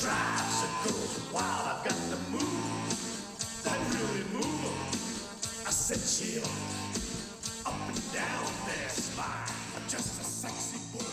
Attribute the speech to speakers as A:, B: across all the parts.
A: drives the girls wild. I've got to move, I really move 'em. I said chill, up and down their spine. I'm just a sexy boy.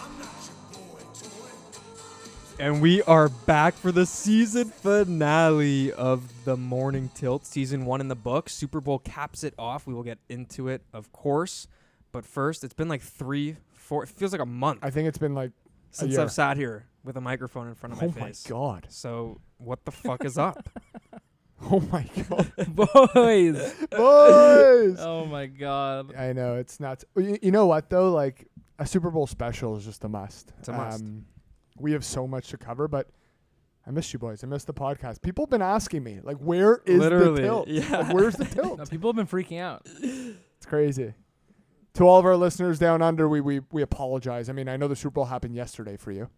A: I'm not your boy toy.
B: And we are back for the season finale of the Morning Tilt, season one in the book. Super Bowl caps it off. We will get into it, of course. But first, it's been like three, four, it feels like a month
C: I think it's been like a
B: since
C: year.
B: I've sat here with a microphone in front of
C: oh
B: my
C: my
B: face.
C: god.
B: So, what the fuck is up?
C: Oh my god.
D: Boys.
C: Boys.
D: oh my god.
C: I know it's not. You, you know what though? Like a Super Bowl special is just a must.
B: It's a must.
C: Um, we have so much to cover, but I miss you boys. I miss the podcast. People have been asking me like, where is
B: Literally,
C: the tilt?
B: yeah.
C: Like, where's the
D: No,
C: tilt?
D: people have been freaking out.
C: it's crazy. To all of our listeners down under, we we we apologize. I mean, I know the Super Bowl happened yesterday for you.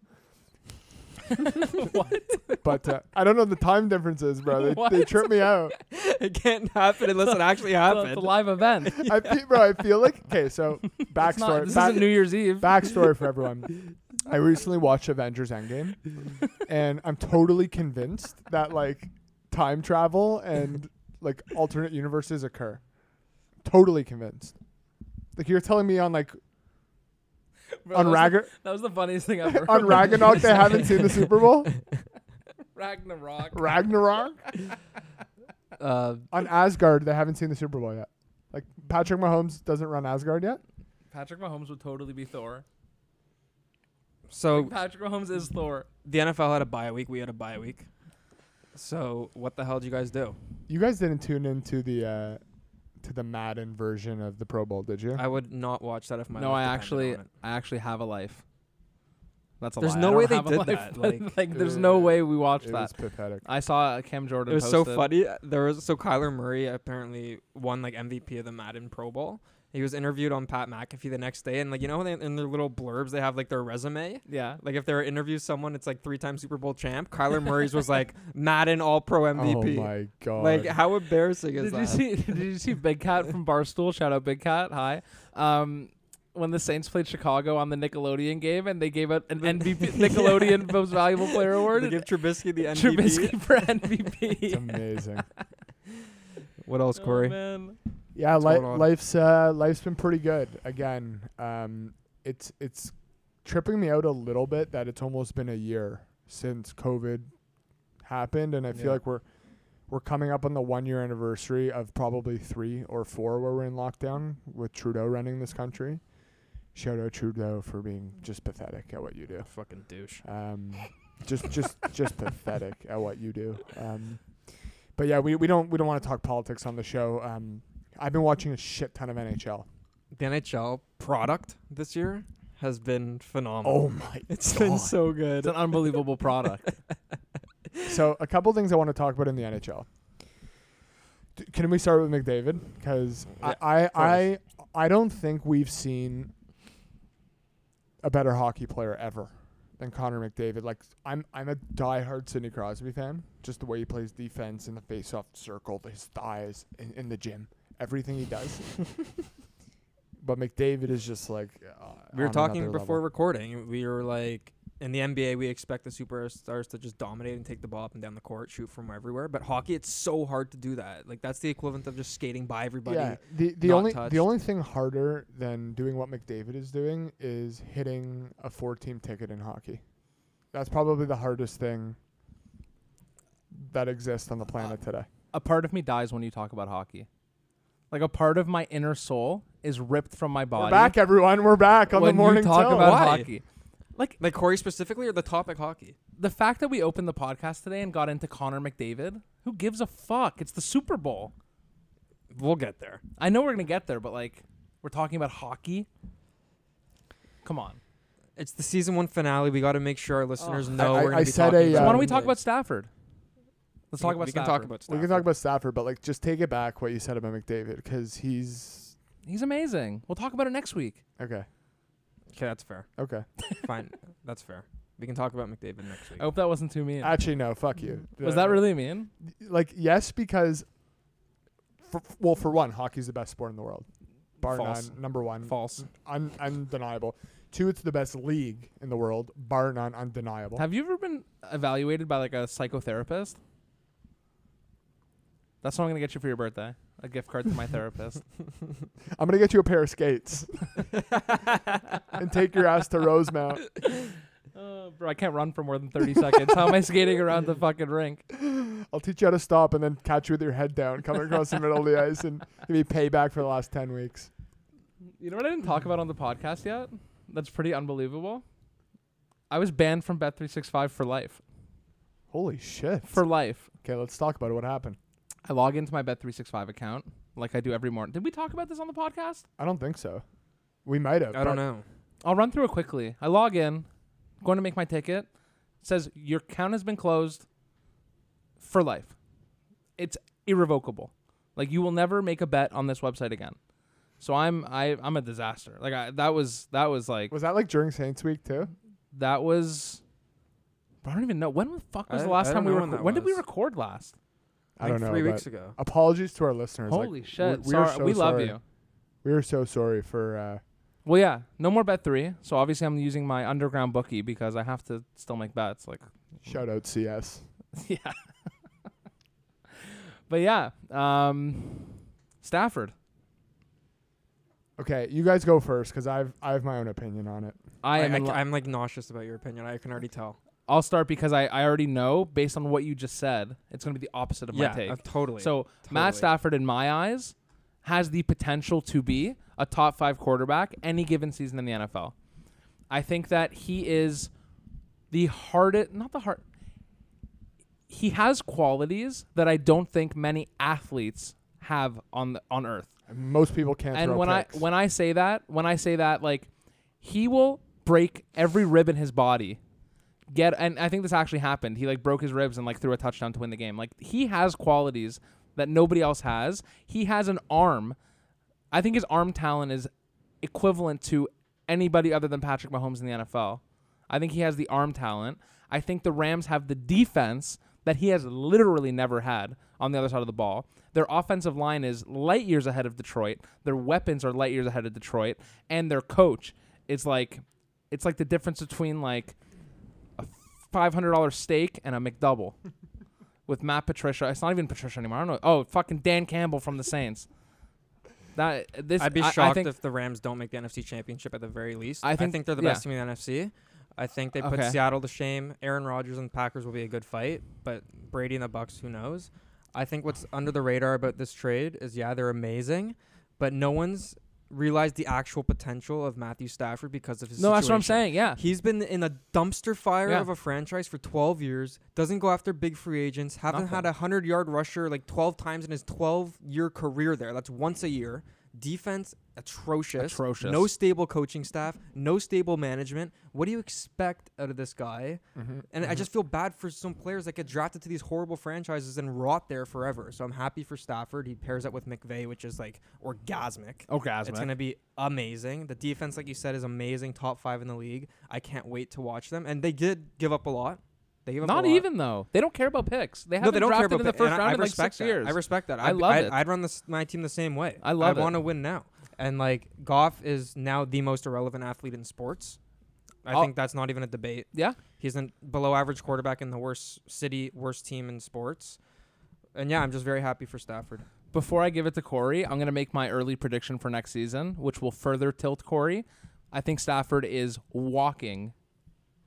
C: what? But uh, I don't know the time differences, bro. They, they
D: What?
C: trip me out.
B: it can't happen unless it actually
D: Well, It's a
B: happened.
D: live event. It's
C: I feel, bro, I feel like okay. So backstory.
D: not, this
C: back-
D: isn't New Year's Eve.
C: Backstory for everyone. I recently watched Avengers Endgame, and I'm totally convinced that like time travel and like alternate universes occur. Totally convinced. Like you're telling me on like
D: Bro,
C: on
D: that was the-
C: Ragnar
D: That was the funniest thing I've heard.
C: on Ragnarok they haven't seen the Super Bowl.
D: Ragnarok.
C: Ragnarok
D: Uh,
C: on Asgard they haven't seen the Super Bowl yet. Like Patrick Mahomes doesn't run Asgard yet.
D: Patrick Mahomes would totally be Thor.
B: so,
D: Patrick Mahomes is Thor.
B: the NFL had a bye week. We had a bye week. So, what the hell did you guys do?
C: You guys didn't tune into the uh to the Madden version of the Pro Bowl, did you?
B: I would not watch that if my
D: no, I
B: life depended
D: actually,
B: on it.
D: I actually have a life. That's a
B: There's
D: lie. I
B: no
D: don't
B: way they
D: have a
B: did
D: life,
B: that,
D: but,
B: like-
D: there's
C: Uh,
D: no way we watched
C: it
D: that.
C: was pathetic.
D: I saw Cam Jordan.
B: It was
D: posted.
B: so funny. uh, There was so Kyler Murray apparently won like MVP of the Madden Pro Bowl. He was interviewed on Pat McAfee the next day, and like you know, they, in their little blurbs, they have like their resume.
D: Yeah.
B: Like if they were interview someone, it's like three-time Super Bowl champ. Kyler Murray's was like Madden All Pro MVP.
C: Oh my god!
B: like how embarrassing is
D: Did
B: that?
D: you see? Did you see Big Cat from Barstool? Shout out Big Cat. Hi. Um, when the Saints played Chicago on the Nickelodeon game, and they gave out an MVP Nickelodeon Most Valuable Player Award.
B: They give Trubisky the MVP.
D: Trubisky for
C: it's
D: MVP.
C: amazing.
B: What else, Corey?
D: Oh, man.
C: yeah, li-
B: going on?
C: life's uh, life's been pretty good. Again, um, it's it's tripping me out a little bit that it's almost been a year since COVID happened, and I feel
B: Yeah.
C: like we're we're coming up on the one year anniversary of probably three or four where we're in lockdown with Trudeau running this country. Shout out Trudeau for being just pathetic at what you do.
B: Fucking douche.
C: Um, just, just, just pathetic at what you do. Um, but yeah, we, we don't we don't want to talk politics on the show. Um, I've been watching a shit ton of NHL.
B: The NHL product this year has been phenomenal.
C: Oh my!
B: Um, it's
C: God.
B: been so good.
D: It's an unbelievable product.
C: So a couple things I want to talk about in the NHL. D- Can we start with McDavid? Because
B: Yeah,
C: I, I,
B: course.
C: I I don't think we've seen a better hockey player ever than Connor McDavid. Like I'm I'm a diehard Sidney Crosby fan. Just the way he plays defense in the faceoff circle, his thighs in, in the gym, everything he does. but McDavid is just like uh,
B: We were
C: on
B: talking
C: another
B: before
C: level.
B: recording. We were like, in the NBA, we expect the superstars to just dominate and take the ball up and down the court, shoot from everywhere. But hockey, it's so hard to do that. Like that's the equivalent of just skating by everybody.
C: Yeah, the the
B: not
C: only
B: touched.
C: the only thing harder than doing what McDavid is doing is hitting a four team ticket in hockey. That's probably the hardest thing that exists on the
D: Uh,
C: planet today.
D: a part of me dies when you talk about hockey. Like a part of my inner soul is ripped from my body.
C: We're back, everyone. We're back on
D: when
C: the morning
D: you talk
C: Tilt.
D: about
B: Why?
D: hockey. Like
B: Like Corey specifically, or the topic hockey.
D: the fact that we opened the podcast today and got into Connor McDavid, who gives a fuck? It's the Super Bowl.
B: We'll get there.
D: I know we're gonna get there, but like we're talking about hockey. Come on.
B: It's the season one finale. We got to make sure our listeners know.
C: Oh. I-
B: we're gonna
C: I
B: be
C: said
B: talking
C: a,
B: about
C: uh,
D: So why don't
B: it.
D: we talk about Stafford? Let's talk about
B: We can
D: Stafford.
B: talk about.
C: we can talk about Stafford, but like just take it back what you said about McDavid because he's
D: He's amazing. We'll talk about it next week.
C: okay.
B: Okay, that's fair.
C: Okay.
B: Fine, that's fair. We can talk about McDavid next week.
C: Oh,
D: I hope that wasn't too mean.
C: Actually, no. Fuck you. Uh,
D: Was that really mean?
C: like yes? Because for, well, for one, hockey's the best sport in the world, bar
B: False.
C: none, number one.
B: False.
C: un- undeniable. Two, it's the best league in the world, bar none, undeniable.
D: Have you ever been evaluated by like a psychotherapist? That's what I'm gonna get you for your birthday. A gift card to my therapist.
C: I'm gonna get you a pair of skates and take your ass to Rosemount.
D: Uh, bro, I can't run for more than 30 seconds. How am I skating around the fucking rink?
C: I'll teach you how to stop and then catch you with your head down, coming across the middle of the ice, and give me payback for the last ten weeks.
D: You know what I didn't talk about on the podcast yet? That's pretty unbelievable. I was banned from Bet365 for life.
C: Holy shit!
D: For life.
C: okay, let's talk about it. What happened?
D: I log into my Bet365 account like I do every morning. Did we talk about this on the podcast?
C: I don't think so. We might have.
B: I
C: but
B: don't know.
D: I'll run through it quickly. I log in, going to make my ticket. says your account has been closed for life. It's irrevocable. Like you will never make a bet on this website again. So I'm I I'm a disaster. Like I that was that was like
C: Was that like during Saints Week too?
D: that was I don't even know when the fuck was
B: I-
D: the last
B: I
D: time
B: don't know
D: we were
B: when that
D: when did we
B: was.
D: record last?
C: I don't know.
B: Three
C: but
B: weeks ago.
C: Apologies to our listeners. like,
D: Holy shit.
C: we- we are
D: Sorry,
C: so
D: we love
C: sorry.
D: you.
C: we are so sorry for. Uh,
D: Well, yeah, no more bet three. So obviously, I'm using my underground bookie because I have to still make bets. Like,
C: shout out CS.
D: yeah. but yeah, um, Stafford.
C: Okay, you guys go first because I've I have my own opinion on it.
B: I,
D: I am.
B: I,
D: in lo-
B: am like nauseous about your opinion. I can already tell.
D: I'll start because I, I already know based on what you just said, it's going to be the opposite of my take.
B: uh, totally.
D: So Matt
B: Totally.
D: Stafford, in my eyes, has the potential to be a top five quarterback any given season in the NFL. I think that he is the hardest, not the hard. He has qualities that I don't think many athletes have on the, on earth.
C: Most people can't.
D: And
C: throw
D: when
C: picks.
D: I when I say that, when I say that, like he will break every rib in his body. Get and I think this actually happened. He like broke his ribs and like threw a touchdown to win the game. Like he has qualities that nobody else has. He has an arm. I think his arm talent is equivalent to anybody other than Patrick Mahomes in the NFL. I think he has the arm talent. I think the Rams have the defense that he has literally never had on the other side of the ball. Their offensive line is light years ahead of Detroit. Their weapons are light years ahead of Detroit, and their coach is like, it's like the difference between like a five hundred dollar steak and a McDouble. With Matt Patricia, it's not even Patricia anymore. I don't know. Oh, fucking Dan Campbell from the Saints. That this
B: I'd be
D: I- I
B: shocked
D: think-
B: if the Rams don't make the NFC Championship at the very least.
D: I
B: I think,
D: think-
B: they're the
D: yeah.
B: best team in the NFC. I think they put
D: Okay.
B: Seattle to shame. Aaron Rodgers and the Packers will be a good fight, but Brady and the Bucks, who knows? I think what's under the radar about this trade is yeah, they're amazing, but no one's realized the actual potential of Matthew Stafford because of his
D: No, that's what I'm
B: situation.
D: saying. Yeah.
B: He's been in a dumpster fire
D: Yeah.
B: of a franchise for 12 years. Doesn't go after big free agents. Haven't had a 100 yard rusher like 12 times in his 12 year career there. That's once a year. Defense atrocious.
D: Atrocious.
B: No stable coaching staff. No stable management. What do you expect out of this guy?
D: Mm-hmm.
B: And I just feel bad for some players that get drafted to these horrible franchises and rot there forever. So I'm happy for Stafford. He pairs up with McVay, which is like orgasmic.
D: Orgasmic.
B: It's going to be amazing. The defense, like you said, is amazing. Top five in the league. I can't wait to watch them. And they did give up a lot. They gave up
D: Not
B: a lot.
D: even though they don't care about picks. They haven't
B: No, they don't care
D: drafted
B: about
D: in the
B: pick-
D: first
B: and I-
D: round
B: I
D: in like
B: respect
D: six
B: that.
D: years.
B: I respect that.
D: I
B: I'd be-
D: love
B: I'd,
D: it.
B: I'd run this, my team the same way.
D: I love
B: I want
D: it.
B: to win now. And like Goff is now the most irrelevant athlete in sports. I
D: I'll-
B: think that's not even a debate.
D: yeah,
B: He's a below average quarterback in the worst city, worst team in sports. And yeah, I'm just very happy for Stafford.
D: before I give it to Corey, I'm going to make my early prediction for next season, which will further tilt Corey. I think Stafford is walking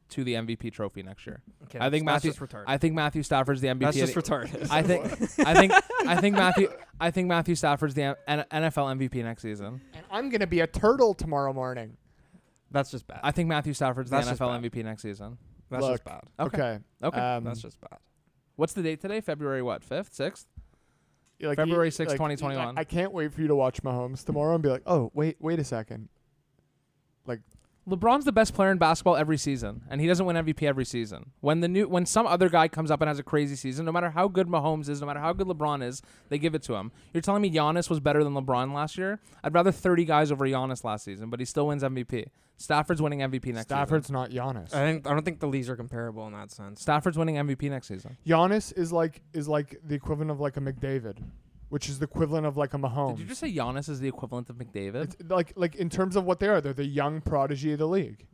D: to the MVP trophy next year.
B: Okay,
D: I think
B: that's
D: Matthew.
B: just retarded.
D: I think Matthew Stafford's the MVP.
B: That's just
D: of the-
B: retarded.
D: I think. I think. I think Matthew. I think Matthew Stafford's the N- NFL MVP next season.
C: and I'm gonna be a turtle tomorrow morning.
B: that's just bad.
D: I think Matthew Stafford's the
B: That's just
D: NFL
B: bad.
D: MVP next season.
B: That's
C: Look,
B: just bad.
D: Okay.
C: Okay.
D: Okay.
C: Um,
B: That's just bad.
D: What's the date today? February what? Fifth, sixth?
C: like,
D: February
C: you-
D: 6th,
C: like,
D: 2021.
C: I, I can't wait for you to watch Mahomes tomorrow and be like, oh, wait, wait a second.
D: LeBron's the best player in basketball every season, and he doesn't win MVP every season. When the new when some other guy comes up and has a crazy season, no matter how good Mahomes is, no matter how good LeBron is, they give it to him. You're telling me Giannis was better than LeBron last year? I'd rather 30 guys over Giannis last season, but he still wins MVP. Stafford's winning MVP next
C: Stafford's
D: season.
C: not Giannis.
B: I think I don't think the leagues are comparable in that sense.
D: Stafford's winning MVP next season.
C: Giannis is like is like the equivalent of like a McDavid. which is the equivalent of like a Mahomes.
D: Did you just say Giannis is the equivalent of McDavid?
C: It's like like in terms of what they are, they're the young prodigy of the league.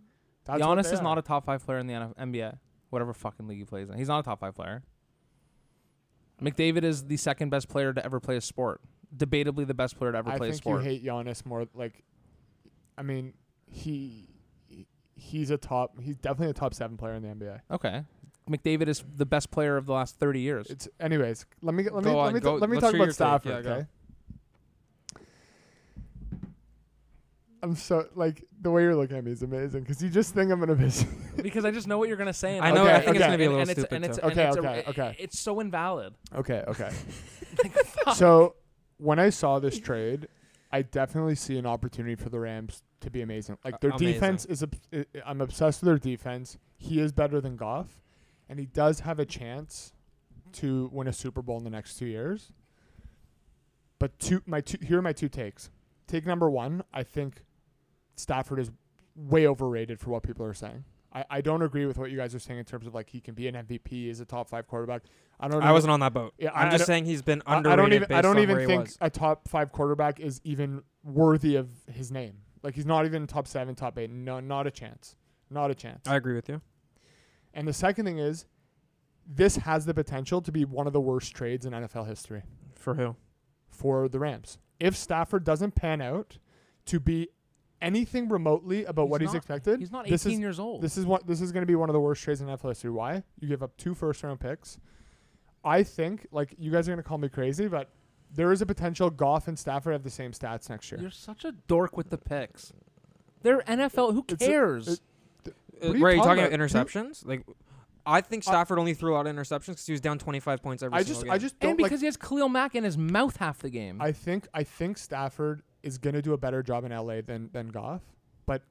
C: That's what
D: Giannis
C: they
D: is
C: are.
D: not a top five player in the NF- NBA, whatever fucking league he plays in. He's not a top five player. McDavid is the second best player to ever play a sport, debatably the best player to ever
C: I
D: play a
C: think
D: sport.
C: you hate Giannis more. Like, I mean, he he's a top. He's definitely a top seven player in the NBA.
D: okay, McDavid is the best player of the last thirty years.
C: It's anyways. Let me let me
B: Go
C: let
B: on,
C: me,
B: go-
C: let me
B: let's
C: talk
B: hear your take.
C: about Stafford.
B: Yeah, go.
C: okay. I'm so like the way you're looking at me is amazing because you just think I'm gonna miss.
D: because I just know what you're gonna say. and
B: I know.
C: Okay,
D: like-
B: I think
C: okay.
B: it's gonna be a
D: and-
B: little
D: and it's-
B: stupid.
D: and it's-
B: too.
D: and
C: Okay,
D: it's a-
C: okay, okay.
D: It's so invalid.
C: okay, okay. so when I saw this trade, I definitely see an opportunity for the Rams to be amazing. Like their
B: Amazing.
C: defense is, obs- I- I- I'm obsessed with their defense. He is better than Goff, and he does have a chance to win a Super Bowl in the next two years. But two, my two, here are my two takes. Take number one, I think Stafford is way overrated for what people are saying. I, I don't agree with what you guys are saying in terms of like he can be an MVP, is a top five quarterback. I don't.
B: I
C: know-
B: wasn't on that boat.
C: Yeah, I-
B: I'm
C: I
B: just
C: don't-
B: saying he's been
C: I-
B: underrated.
C: I don't even. I
B: based
C: don't
B: on
C: even
B: where he
C: think
B: was.
C: a top five quarterback is even worthy of his name. Like he's not even top seven, top eight. No, not a chance. Not a chance.
B: I agree with you.
C: and the second thing is, this has the potential to be one of the worst trades in NFL history
B: For who?
C: for the Rams. If Stafford doesn't pan out to be anything remotely about
D: He's
C: what he's
D: not-
C: expected,
D: He's not 18
C: this is
D: years old.
C: this is what this is going to be one of the worst trades in NFL history. Why? You give up two first round picks. I think like you guys are going to call me crazy, but there is a potential Goff and Stafford have the same stats next year.
D: You're such a dork with the picks. They're NFL. Who
C: It's a-
D: cares?
C: it-
B: Uh,
C: What
B: Wait, are you talking about
C: Hmm?
B: interceptions? Like, I think Stafford only threw out interceptions because he was down 25 points every
C: I
B: single
C: just
B: game.
C: I just
D: and
C: don't
D: because
C: like,
D: he has Khalil Mack in his mouth half the game.
C: I think I think Stafford is going to do a better job in LA than than Goff, but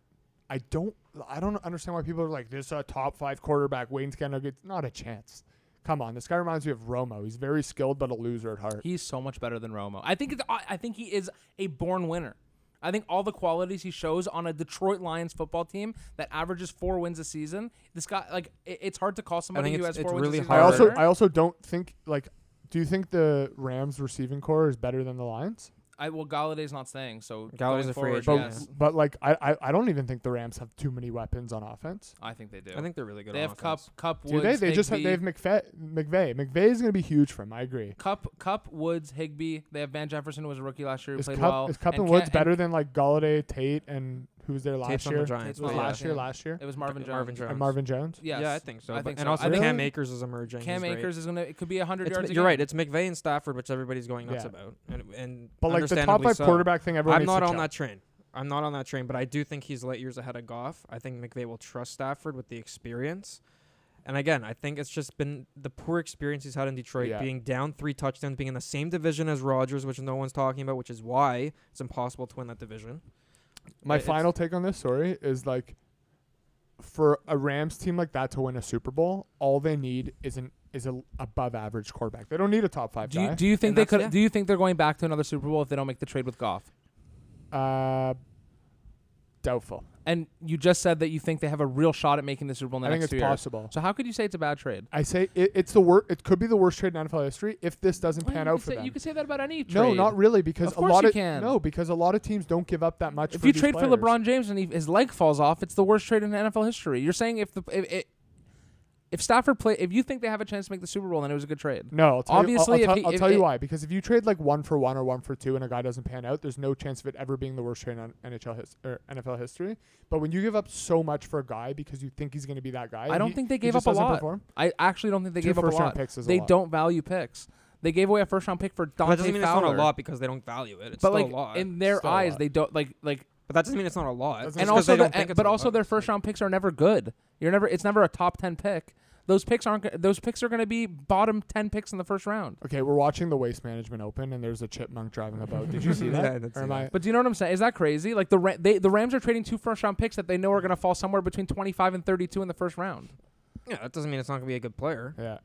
C: I don't I don't understand why people are like this is a top 5 quarterback Wayne Scanner gets not a chance. Come on, this guy reminds me of Romo. He's very skilled but a loser at heart.
D: He's so much better than Romo. I think it's, I I think he is a born winner. I think all the qualities he shows on a Detroit Lions football team that averages four wins a season. This guy, like, it, it's hard to call somebody
B: think
D: who
B: it's-
D: has
B: it's
D: four
B: really
D: wins. A season
C: I
D: a
B: hard.
C: also
D: winner.
C: I also don't think like do you think the Rams receiving core is better than the Lions?
D: I, well, Galladay's not staying, so
B: Galladay's
D: going
B: a free
D: forward,
B: agent,
D: Yes,
C: But like I, I I don't even think the Rams have too many weapons on offense.
D: I think they do.
B: I think they're really good.
D: they
B: on
D: have Cup,
B: offense.
D: Cup,
C: Do they?
D: Woods,
C: They just have,
D: Higbee.
C: they have McVay. McVay. McVay is going to be huge for him. I agree.
D: Cup, Cup, Woods, Higby. They have Van Jefferson, who was a rookie last year, who
C: Is
D: played
C: Cup,
D: well.
C: is Cup and,
D: Ca-
C: Woods better than like Galladay, Tate, and who was there last
B: Tate's on
C: year?
B: the Giants.
D: Tate's
C: It was
D: on the
C: last year.
D: Giants.
C: Last year.
D: It was Marvin Jones.
B: Marvin Jones.
C: And Marvin Jones.
D: Yes.
B: Yeah, I think so.
D: I
B: but-
D: think
B: and
D: so.
B: also
D: I think
B: Cam
C: so.
B: Akers is emerging.
D: Cam
B: He's great.
D: Akers is gonna. It could be a hundred
B: It's
D: yards.
B: Ma-
D: a
B: you're
D: game.
B: right. It's McVay and Stafford, which everybody's going nuts
C: Yeah.
B: about, and, and
C: But like the top
B: understandably
C: five
B: so.
C: quarterback thing, everyone.
B: I'm
C: needs
B: not
C: to
B: on
C: check.
B: that train. I'm not on that train, but I do think he's light years ahead of Goff. I think McVay will trust Stafford with the experience. And again, I think it's just been the poor experience he's had in Detroit,
C: Yeah.
B: being down three touchdowns, being in the same division as Rodgers, which no one's talking about, which is why it's impossible to win that division.
C: My
B: It's-
C: final take on this, sorry, is like for a Rams team like that to win a Super Bowl, all they need is an is a above average quarterback. They don't need a top five
D: Do you,
C: guy.
D: do you think
B: And
D: they
B: that's-
D: could?
B: yeah.
D: Do you think they're going back to another Super Bowl if they don't make the trade with Goff?
C: uh, doubtful.
D: And you just said that you think they have a real shot at making the Super Bowl in the
C: I think
D: next
C: it's
D: two years.
C: possible.
D: So how could you say it's a bad trade?
C: I say it, it's the worst. It could be the worst trade in NFL history if this doesn't
D: Well,
C: pan
D: you
C: out
D: could
C: for
D: say,
C: them.
D: You could say that about any trade.
C: no, not really, because a
D: Of course
C: lot
D: you
C: of
D: can.
C: no, because a lot of teams don't give up that much.
D: If
C: for
D: you
C: these
D: trade
C: players.
D: for LeBron James and he, his leg falls off, it's the worst trade in NFL history. You're saying if the if, if, if Stafford play, if you think they have a chance to make the Super Bowl, then it was a good trade.
C: no, I'll tell
D: Obviously,
C: you, I'll,
D: if
C: I'll,
D: he-
C: tell- I'll
D: if
C: tell you
D: it-
C: why. Because if you trade like one for one or one for two, and a guy doesn't pan out, there's no chance of it ever being the worst trade in NHL his, or NFL history. But when you give up so much for a guy because you think he's going to be that guy,
D: I
C: and
D: don't
C: he-
D: think they
C: he
D: gave
C: just
D: up a
C: doesn't
D: lot.
C: Perform,
D: I actually don't think they
C: Two
D: gave up a
C: first-round
D: lot.
C: picks is a
D: they
C: lot.
D: don't value picks. They gave away a first round pick for
B: But that
D: Dante
B: doesn't mean
D: Fowler.
B: it's not a lot because they don't value it. It's
D: but
B: still
D: like
B: a lot.
D: in their
C: Still a
D: eyes,
C: lot.
D: they don't like like
B: but that doesn't mean it's not a lot.
C: Doesn't
B: It's
C: just
D: and
B: because
D: also
B: they
D: the,
B: don't think
D: and-
B: it's
D: but
B: a
D: also
B: lot.
D: their
B: It's
D: first
B: like-
D: round picks are never good. You're never it's never a top 10 pick. Those picks aren't go- those picks are going to be bottom 10 picks in the first round.
C: Okay, we're watching the Waste Management Open, and there's a chipmunk driving a boat. Did you see
B: Yeah, I
C: that?
B: did
C: or
B: see
C: am
B: that.
C: I?
D: But do you know what I'm saying? Is that crazy? Like the Ra- they, the Rams are trading two first round picks that they know are going to fall somewhere between 25 and 32 in the first round.
B: Yeah, that doesn't mean it's not going to be a good player.
C: Yeah.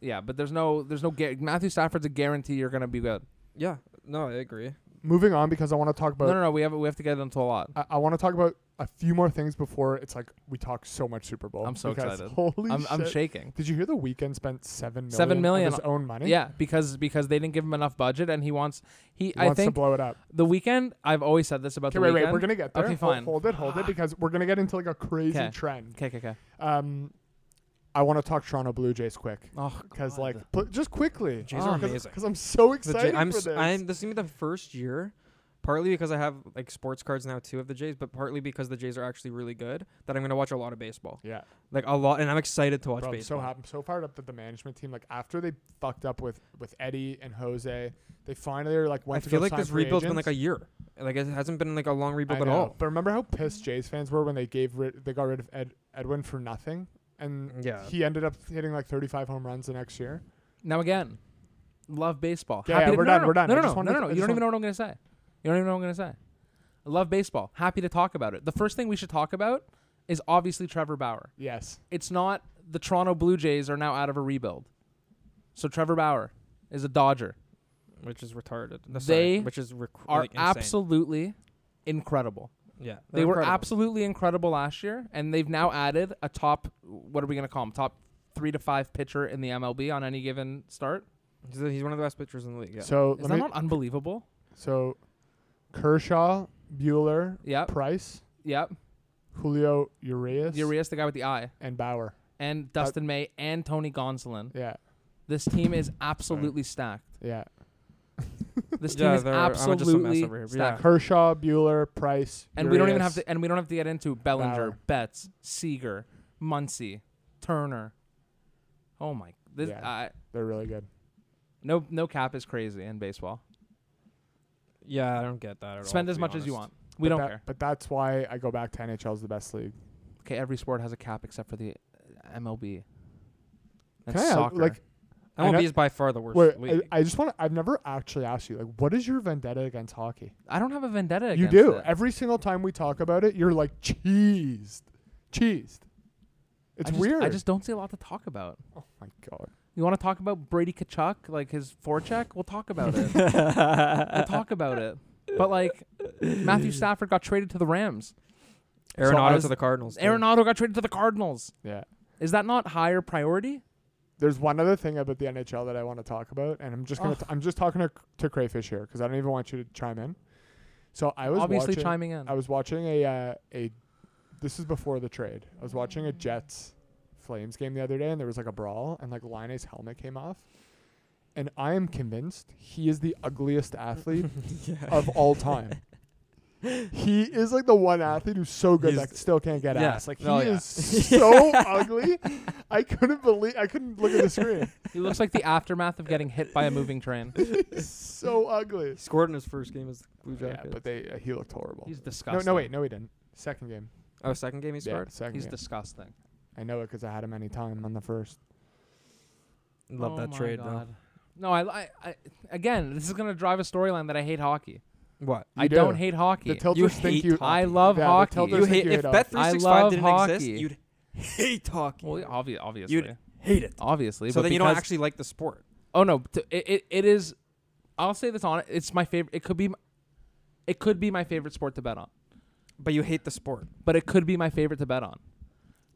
D: Yeah, but there's no there's no gu- Matthew Stafford's a guarantee you're going to be good.
B: Yeah, no, I agree.
C: moving on because I want to talk
D: No,
C: about
D: no, no. We have we have to get into a lot.
C: I, I want to talk about a few more things before it's like we talk so much Super Bowl.
D: I'm so
C: because
D: excited.
C: Holy
D: I'm, I'm
C: shit.
D: shaking.
C: Did you hear the weekend spent seven million
D: Seven million
C: of his own money?
D: Yeah, because because they didn't give him enough budget, and he wants he.
C: He
D: I
C: wants to
D: think
C: blow it up.
D: the weekend. I've always said this about
C: Okay,
D: the
C: wait,
D: weekend.
C: wait. We're gonna get there.
D: Okay,
C: Hold-
D: fine.
C: Hold, it, hold it, because we're gonna get into like a crazy
D: 'Kay.
C: trend.
D: Okay, okay, okay.
C: Um, I want to talk Toronto Blue Jays quick
D: Oh,
C: because
D: God.
C: like pl- just quickly.
B: Jays are amazing.
C: Because I'm so
B: The
C: excited
B: J- I'm,
C: for
B: s-
C: this.
B: I'm this is gonna be the first year, partly because I have like sports cards now too of the Jays, but partly because the Jays are actually really good that I'm gonna watch a lot of baseball,
C: yeah,
B: like a lot, and I'm excited to watch
C: bro, I'm so
B: baseball.
C: happy, I'm so fired up that the management team, like after they fucked up with with Eddie and Jose, they finally are like
B: I
C: went to
B: feel
C: go
B: like
C: sign
B: this
C: free
B: rebuild's been
C: agents.
B: like a year, like it hasn't been like a long
C: I
B: rebuild at
C: know.
B: all.
C: But remember how pissed Jays fans were when they gave rid- they got rid of Ed- Edwin for nothing, and
B: Yeah.
C: he ended up hitting like 35 home runs the next year.
D: Now again, love baseball.
C: Yeah,
D: Happy
C: yeah,
D: to,
C: we're
D: no,
C: done,
D: No,
C: we're done.
D: No,
C: I
D: no,
C: just
D: no,
C: wanted
D: no,
C: to-
D: no,
C: I
D: You
C: just
D: don't even know what I'm gonna say. You don't even know what I'm gonna say. I love baseball. Happy to talk about it. The first thing we should talk about is obviously Trevor Bauer.
C: Yes,
D: It's not the Toronto Blue Jays are now out of a rebuild, so Trevor Bauer is a Dodger.
B: which is retarded. No,
D: They
B: sorry, which is rec-
D: Are
B: like, insane.
D: absolutely incredible.
B: Yeah,
D: They were absolutely incredible last year, and they've now added a top. What are we gonna call him? Top three to five pitcher in the MLB on any given start.
B: absolutely. He's one of the best pitchers in the league. Yeah.
C: So
D: Is
C: let
D: that
C: me.
D: not unbelievable?
C: so Kershaw, Bueller,
D: Yep,
C: Price,
D: yep.
C: Julio Urias,
D: Urias, the guy with the eye,
C: and Bauer.
D: and Dustin May and Tony Gonsolin.
C: Yeah,
D: This team is absolutely stacked.
C: yeah.
D: This team
B: Yeah,
D: is
B: they're- I'm just a mess
D: absolutely
B: over here, but yeah.
D: stacked.
C: Kershaw, Bueller, Price,
D: And we don't even have
C: Urias.
D: to. And we don't have to get into Bellinger,
C: Bauer.
D: Betts, Seager, Muncy, Turner. Oh my! This
C: Yeah.
D: I-
C: They're really good.
D: no no cap is crazy in baseball.
B: yeah, I don't get that at all.
D: Spend
B: to
D: as
B: be
D: much as you
B: honest.
D: want.
C: But
D: We don't
C: that-
D: care.
C: But that's why I go back to NHL is the best league.
D: Okay, every sport has a cap except for the uh, MLB. And
C: Can I, uh,
D: soccer.
C: like, I know-
B: MLB is by far the worst
C: Wait,
B: league.
C: I, I just want to. I've never actually asked you, like, what is your vendetta against hockey?
D: I don't have a vendetta against
C: You do.
D: it.
C: Every single time we talk about it, you're like cheesed, cheesed. It's
D: I just-
C: weird.
D: I just don't see a lot to talk about.
C: Oh my god.
D: You want to talk about Brady Kachuk, like his forecheck? We'll talk about it. we'll talk about it. But like Matthew Stafford got traded to the Rams.
B: Arenado
D: was-
B: to the Cardinals. too.
D: Arenado got traded to the Cardinals.
C: Yeah.
D: Is that not higher priority?
C: There's one other thing about the NHL that I want to talk about, and I'm just gonna.
D: Ugh.
C: T- I'm just talking to, to crayfish here because I don't even want you to chime in. So I was
D: Obviously
C: watching,
D: chiming in.
C: I was watching a uh, a. This is before the trade. I was watching a Jets Flames game the other day, and there was like a brawl, and like Line's helmet came off. And I am convinced he is the ugliest athlete of all time. He is like the one athlete who's so good
B: He's-
C: that still can't get
B: yeah.
C: ass. Like he
B: Oh, yeah.
C: is so ugly. I couldn't believe I couldn't look at the screen.
D: He looks like the aftermath of getting hit by a moving train.
C: He's so ugly.
B: He scored in his first game as the Blue
C: Yeah,
B: Jackets.
C: but they uh, he looked horrible.
D: He's
C: no,
D: disgusting.
C: no, wait, no, he didn't. Second game.
B: oh, second game he
C: Yeah,
B: scored.
C: second
D: He's
C: game.
D: disgusting.
C: I know it because I had him any time on the first.
B: Love
D: Oh
B: that
D: my
B: trade
D: God. No, I, I, I again, this is gonna drive a storyline that I hate hockey.
B: though. What?
C: You
D: I
C: do.
D: not hate hockey.
C: The Tilters
B: You
C: think
B: hate
C: you.
B: hockey.
D: I love
C: Yeah, the
D: hockey.
C: Tilters
B: You
C: think
B: hate
C: you
B: if
C: hate
B: Bet
D: hockey. I
B: 365
D: love
B: didn't exist,
D: hockey.
B: you'd hate hockey.
D: well, obvi- obviously,
B: You'd hate it.
D: obviously.
B: So
D: but
B: then you don't
D: because-
B: actually like the sport.
D: Oh no, t- it, it it is. I'll say this on it. It's my favorite. It could be, m- it could be my favorite sport to bet on,
B: But you hate the sport.
D: but it could be my favorite to bet on.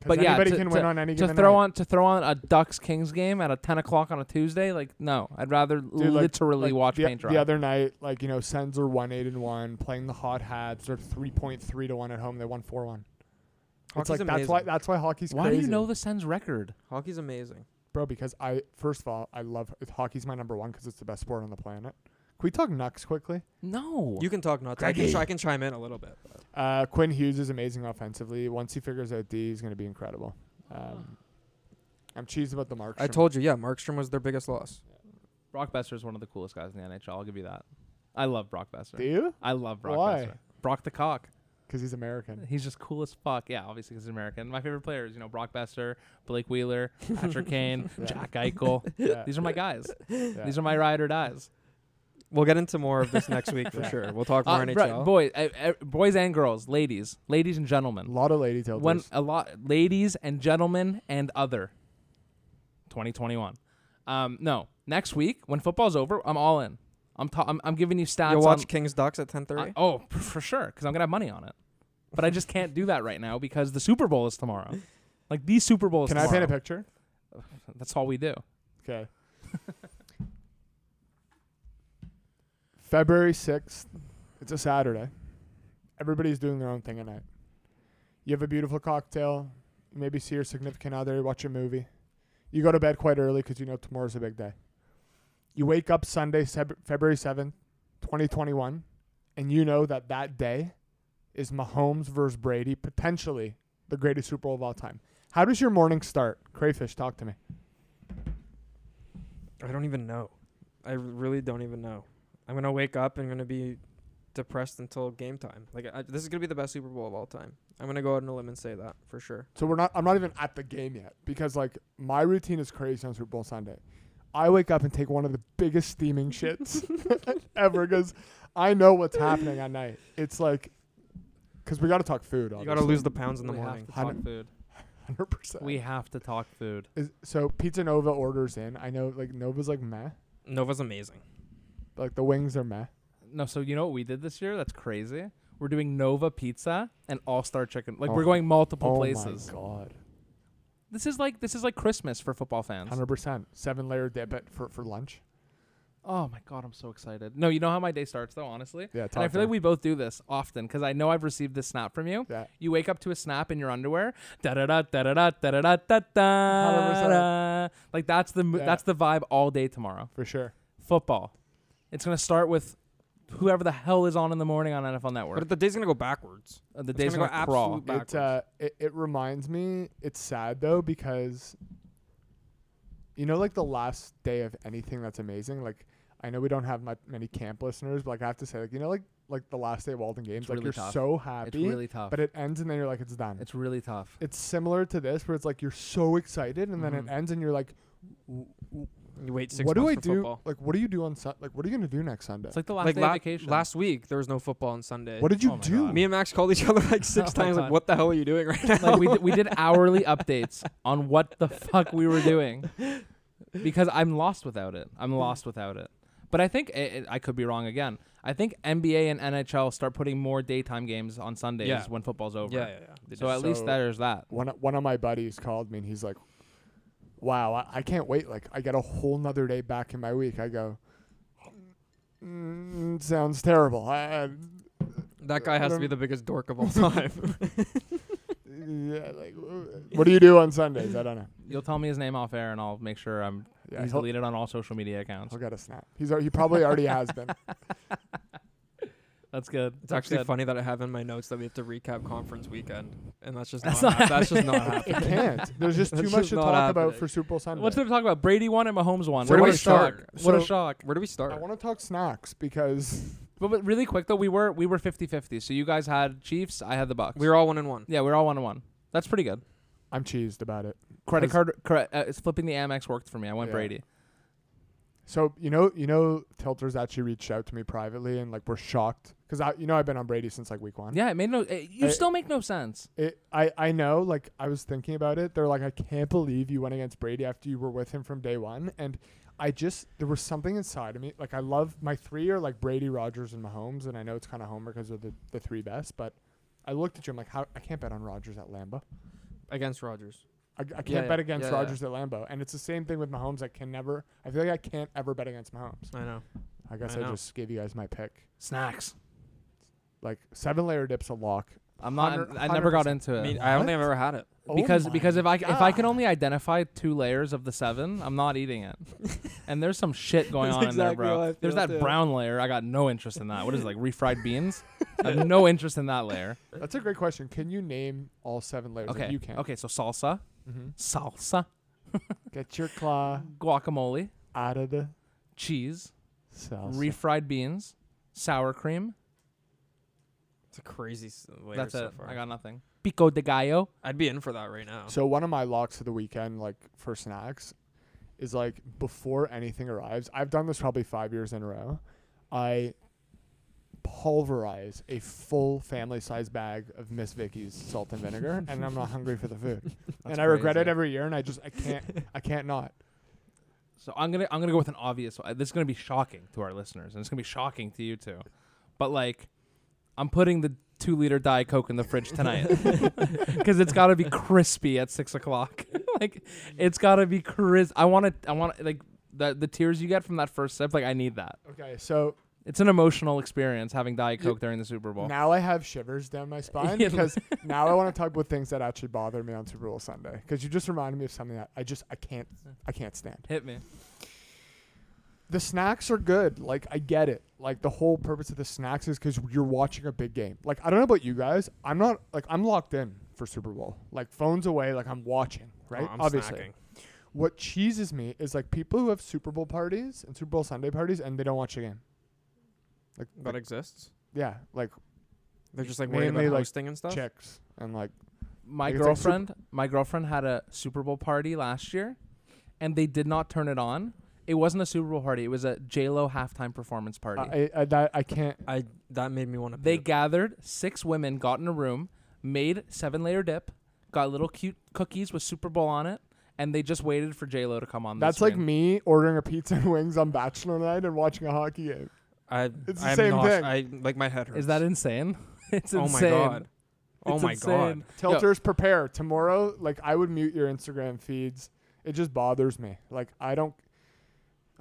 C: 'Cause
D: But yeah,
C: anybody
D: to-
C: can win
D: to-
C: on any
D: To
C: given
D: throw
C: night.
D: on to throw on a Ducks Kings game at a ten o'clock on a Tuesday, like no, I'd rather
C: Dude, like-
D: literally
C: like
D: watch
C: the,
D: paint dry.
C: the other night, like you know, Sens are one eight and one playing the hot Habs. They're three point three to one at home. They won four one. It's
B: Hockey's
C: like that's
B: amazing.
C: why that's why hockey's
D: Why
C: crazy,
D: do you know the Sens record?
B: Hockey's amazing.
C: bro? Because I first of all I love hockey's my number one because it's the best sport on the planet. Can we talk Nucks quickly?
D: No,
B: You can talk nuts. I can,
C: Greggy.
B: try, I can chime in a little bit. but-
C: Uh, Quinn Hughes is amazing offensively. Once he figures out D, he's going to be incredible. Um, I'm cheesed about the Markstrom.
B: I told you, yeah, Markstrom was their biggest loss.
D: Brock Besser is one of the coolest guys in the NHL. I'll give you that. I love Brock Besser.
C: Do you?
D: I love Brock
C: Why?
D: Besser. Brock the cock.
C: Because he's American.
D: He's just cool as fuck. Yeah, obviously 'cause he's American. My favorite players, you know, Brock Besser, Blake Wheeler, Patrick Kane,
C: Yeah.
D: Jack Eichel.
C: Yeah,
D: These are my guys.
C: yeah.
D: These are my ride or dies.
B: We'll get into more of this next week for
C: Yeah.
B: sure. We'll talk more
D: Uh,
B: NHL.
D: bro- boys, uh, uh, boys and girls, ladies, ladies and
C: a
D: gentlemen.
C: lot of lady tilters.
D: When a lot, ladies and gentlemen and other. 2021. Um, no, next week when football's over, I'm all in. I'm ta- I'm, I'm giving you stats.
B: You'll watch
D: on,
B: Kings Ducks at 10:30.
D: I- oh, p- for sure, because I'm gonna have money on it. But I just can't do that right now because the Super Bowl is tomorrow. Like the Super Bowl is
C: Can I
D: tomorrow.
C: paint a picture?
D: That's all we do.
C: Okay. February 6th. It's a Saturday. Everybody's doing their own thing at night. You have a beautiful cocktail. You maybe see your significant other, you watch a movie. You go to bed quite early because you know tomorrow's a big day. You wake up Sunday, Seb- February 7th, 2021, and you know that that day is Mahomes versus Brady, potentially the greatest Super Bowl of all time. How does your morning start? Crayfish, talk to me.
B: I don't even know. I r- really don't even know. I'm gonna wake up and gonna be depressed until game time. Like I, this is gonna be the best Super Bowl of all time. I'm gonna go out on a limb and say that for sure.
C: So we're not. I'm not even at the game yet because like my routine is crazy on Super Bowl Sunday. I wake up and take one of the biggest steaming shits ever because I know what's happening at night. It's like because we got to talk food.
B: You
C: Obviously.
B: gotta lose the pounds in the
D: we
B: morning.
D: Have to talk
C: Hundred-
D: food.
C: hundred percent.
D: We have to talk food.
C: Is, so Pizza Nova orders in. I know like Nova's like meh.
B: Nova's amazing.
C: Like the wings are meh.
D: No, so you know what we did this year? That's crazy. We're doing Nova Pizza and All Star Chicken. Like we're
C: Oh.
D: going multiple
C: Oh
D: places.
C: my god.
D: This is like this is like Christmas for football fans.
C: Hundred percent. Seven layer dip it for for lunch.
D: Oh my god, I'm so excited. No, you know how my day starts though, honestly.
C: Yeah.
D: And I
C: talk
D: feel
C: to
D: like
C: her.
D: we both do this often because I know I've received this snap from you.
C: Yeah.
D: You wake up to a snap in your underwear. Da da da da da da da da da da
C: 100%.
D: da. Like that's the mo-
C: Yeah.
D: that's the vibe all day tomorrow.
C: for sure.
D: Football. It's gonna start with whoever the hell is on in the morning on NFL
B: But
D: Network.
B: the day's gonna go backwards.
D: Uh, the
B: it's
D: day's
B: gonna
D: gonna,
B: go
D: crawl.
B: absolute
C: It, uh, it it reminds me. It's sad though because you know, like the last day of anything that's amazing. Like I know we don't have much, many camp listeners, but like I have to say, like you know, like like the last day of Walden Games,
D: It's
C: like
D: really
C: you're
D: tough.
C: so happy,
D: It's really tough.
C: but it ends and then you're like, it's done. It's,
D: it's really tough.
C: similar to this where it's like you're so excited and then
D: Mhm.
C: it ends and you're like,
B: You wait six
C: what do I
B: months for
C: do?
B: football.
C: Like, what do you do on Sun? Like, what are you gonna do next Sunday?
D: It's like the last
B: like
D: day
B: la-
D: of vacation.
B: last week, there was no football on Sunday.
C: what did you
D: Oh my
C: do?
D: God.
B: Me and Max called each other like six
D: Oh my
B: times. Like,
D: God.
B: what the hell are you doing right now?
D: like we did, we did hourly updates on what the fuck we were doing because I'm lost without it. I'm lost without it. But I think eh, i I I could be wrong again. I think NBA and NHL start putting more daytime games on Sundays
B: Yeah.
D: when football's over.
B: yeah, yeah, yeah. They
D: So
B: did.
D: at least
C: So-
D: there's that.
C: one o- one of my buddies called me and he's like, "Wow, I, I can't wait! Like, I got a whole nother day back in my week." I go, mm, "Sounds terrible." I, I,
B: that guy has to be
C: Um,
B: the biggest dork of all time.
C: yeah, like, what do you do on Sundays? I don't know.
D: You'll tell me his name off air, and I'll make sure I'm.
C: Yeah,
D: he's
C: he'll,
D: deleted on all social media accounts.
C: he'll get a snap. He's al- he probably already has been.
D: That's good.
B: it's
D: That's
B: actually
D: good.
B: funny that I have in my notes that we have to recap conference weekend, and that's just
D: That's
B: not,
D: not
B: that's just not
C: It
B: happening.
C: can't. There's just too
B: That's
C: much
B: just
C: to
B: not
C: talk about
B: happening.
C: for Super Bowl Sunday.
D: What's there to talk about? Brady won and Mahomes won.
B: Where do
D: what
B: we
D: a shock!
B: start?
D: what a
C: So-
D: shock!
B: Where do we start?
C: I want to talk snacks because
D: But, but really quick though, we were we were 50-50. So you guys had Chiefs, I had the Bucks.
B: we were all one and one.
D: Yeah, we're all one on one. That's pretty good.
C: I'm cheesed about it.
D: Credit
C: Has-
D: card, cre- uh, it's flipping the Amex worked for me. I went
C: Yeah.
D: Brady.
C: So you know, you know, Tilters actually reached out to me privately and like we're shocked because I, you know, I've been on Brady since like week one.
D: Yeah, it made no. It, you
C: I-
D: still make no sense.
C: It, I, I know, like, I was thinking about it. They're like, I can't believe you went against Brady after you were with him from day one. And I just, there was something inside of me. Like, I love my three are like Brady, Rogers, and Mahomes. And I know it's kind of homer because they're the, the three best. But I looked at you, I'm like, how, I can't bet on Rogers at Lambeau.
B: against Rogers.
C: I, I can't
B: Yeah,
C: bet
B: yeah,
C: against
B: yeah, yeah.
C: Rogers at Lambeau. And it's the same thing with Mahomes. I can never, I feel like I can't ever bet against Mahomes.
B: I know.
C: I guess
B: I
C: I,
B: know.
C: just gave you guys my pick.
D: Snacks.
C: Like, seven layer dips a lock.
D: I'm not.
C: Hundred-
D: I never got
C: 100%.
D: into
B: I
D: it
B: mean, I don't think I've ever had it.
C: Oh
D: because
C: my
D: because if I if I can
C: God.
D: only identify two layers of the seven, I'm not eating it. and there's some shit going
B: That's
D: on in there,
B: exactly how I
D: bro. There's
B: feel,
D: that
B: too.
D: brown layer. I got no interest in that. What is it like refried beans? I have no interest in that layer.
C: That's a great question. Can you name all seven layers? Like,
D: Okay.
C: you can.
D: Okay. So salsa,
C: Mm-hmm.
D: salsa,
C: Get your claw
D: guacamole,
C: out of the
D: cheese,
C: cell.
D: refried beans, sour cream.
B: It's a crazy s- layer
D: That's
B: so
D: it.
B: far.
D: I got nothing. Pico de gallo.
B: I'd be in for that right now.
C: so one of my locks of the weekend, like for snacks, is like before anything arrives. I've done this probably five years in a row. I pulverize a full family-size bag of Miss Vicky's salt and vinegar, and I'm not hungry for the food, and I regret it every year, and I just I can't I can't not.
D: So I'm gonna I'm gonna go with an obvious. one. This is gonna be shocking to our listeners, and it's gonna be shocking to you too. But like, I'm putting the two liter diet coke in the fridge tonight because it's gotta be crispy at six o'clock. like, it's gotta be crisp. I want to. I want to like the the tears you get from that first sip. Like, I need that.
C: Okay, so
D: It's an emotional experience having diet coke during the Super Bowl.
C: now I have shivers down my spine
D: Yeah.
C: because now I want to talk about things that actually bother me on Super Bowl Sunday. Because you just reminded me of something that I just I can't I can't stand.
D: Hit me.
C: The snacks are good. Like I get it. Like the whole purpose of the snacks is because you're watching a big game. Like I don't know about you guys. I'm not like I'm locked in for Super Bowl. Like phones away. Like I'm watching. Right.
D: Oh,
B: I'm
C: Obviously.
B: snacking.
C: What cheeses me is like people who have Super Bowl parties and Super Bowl Sunday parties and they don't watch the game. Like,
B: That
C: like
B: exists.
C: yeah, like
B: They're just like
C: Mainly,
B: worried about
C: like,
B: hosting and stuff.
C: chicks and like
D: my
C: Like, it's like super-
D: girlfriend my girlfriend had a super bowl party last year and they did not turn it on it wasn't a super bowl party it was a j-lo halftime performance party
C: I, I that I can't.
B: I that made me want to.
D: they gathered six women got in a room made seven layer dip got little cute cookies with super bowl on it and they just waited for j-lo to come on the
C: That's like
D: screen.
C: me ordering a pizza and wings on Bachelor night and watching a hockey game.
B: I,
C: It's the
B: I'm
C: same
B: not,
C: thing.
B: I like my head hurts.
D: is that insane it's
B: oh
D: insane
B: my god. Oh
D: It's
B: my
D: insane.
B: god.
C: Tilters, prepare tomorrow. Like I would mute your Instagram feeds. It just bothers me. Like I don't.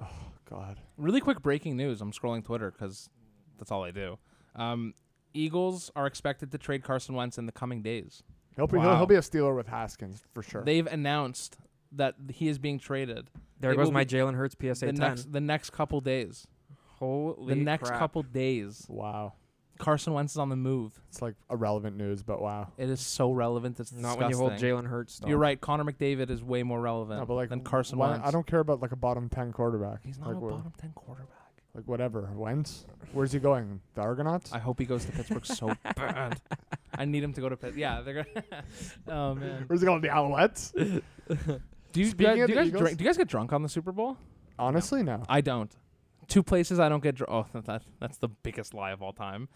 C: Oh God.
D: Really quick breaking news. I'm scrolling Twitter because that's all I do. Um, Eagles are expected to trade Carson Wentz in the coming days.
C: He'll be he'll,
B: Wow.
C: he'll be a stealer with Haskins for sure.
D: They've announced that he is being traded
B: There
D: It
B: goes
D: will
B: my
D: be
B: Jalen Hurts PSA
D: the
B: 10.
D: next the next couple days.
B: Holy
D: the next
B: crap.
D: couple days,
C: wow.
D: Carson Wentz is on the move.
C: It's like irrelevant news, but wow.
D: It is so relevant. It's
B: Not when you hold
D: disgusting.
B: Jalen Hurts. Though.
D: You're right. Connor McDavid is way more relevant
C: No, but like
D: than Carson
C: why-
D: Wentz.
C: I don't care about like a bottom ten quarterback.
D: He's not
C: like,
D: a
C: wha-
D: bottom ten quarterback.
C: Like whatever. Wentz. Where's he going? The Argonauts.
D: I hope he goes to Pittsburgh so bad. I need him to go to Pitt. Yeah, they're gonna. oh man.
C: Where's he going? The Owlets.
D: Do you,
C: Speaking
D: guys,
C: of
D: do, you
C: the
D: guys
C: Eagles-
D: drink, do you guys get drunk on the Super Bowl?
C: Honestly, no.
D: I don't. Two places I don't get drunk. Oh, that- that, that's the biggest lie of all time.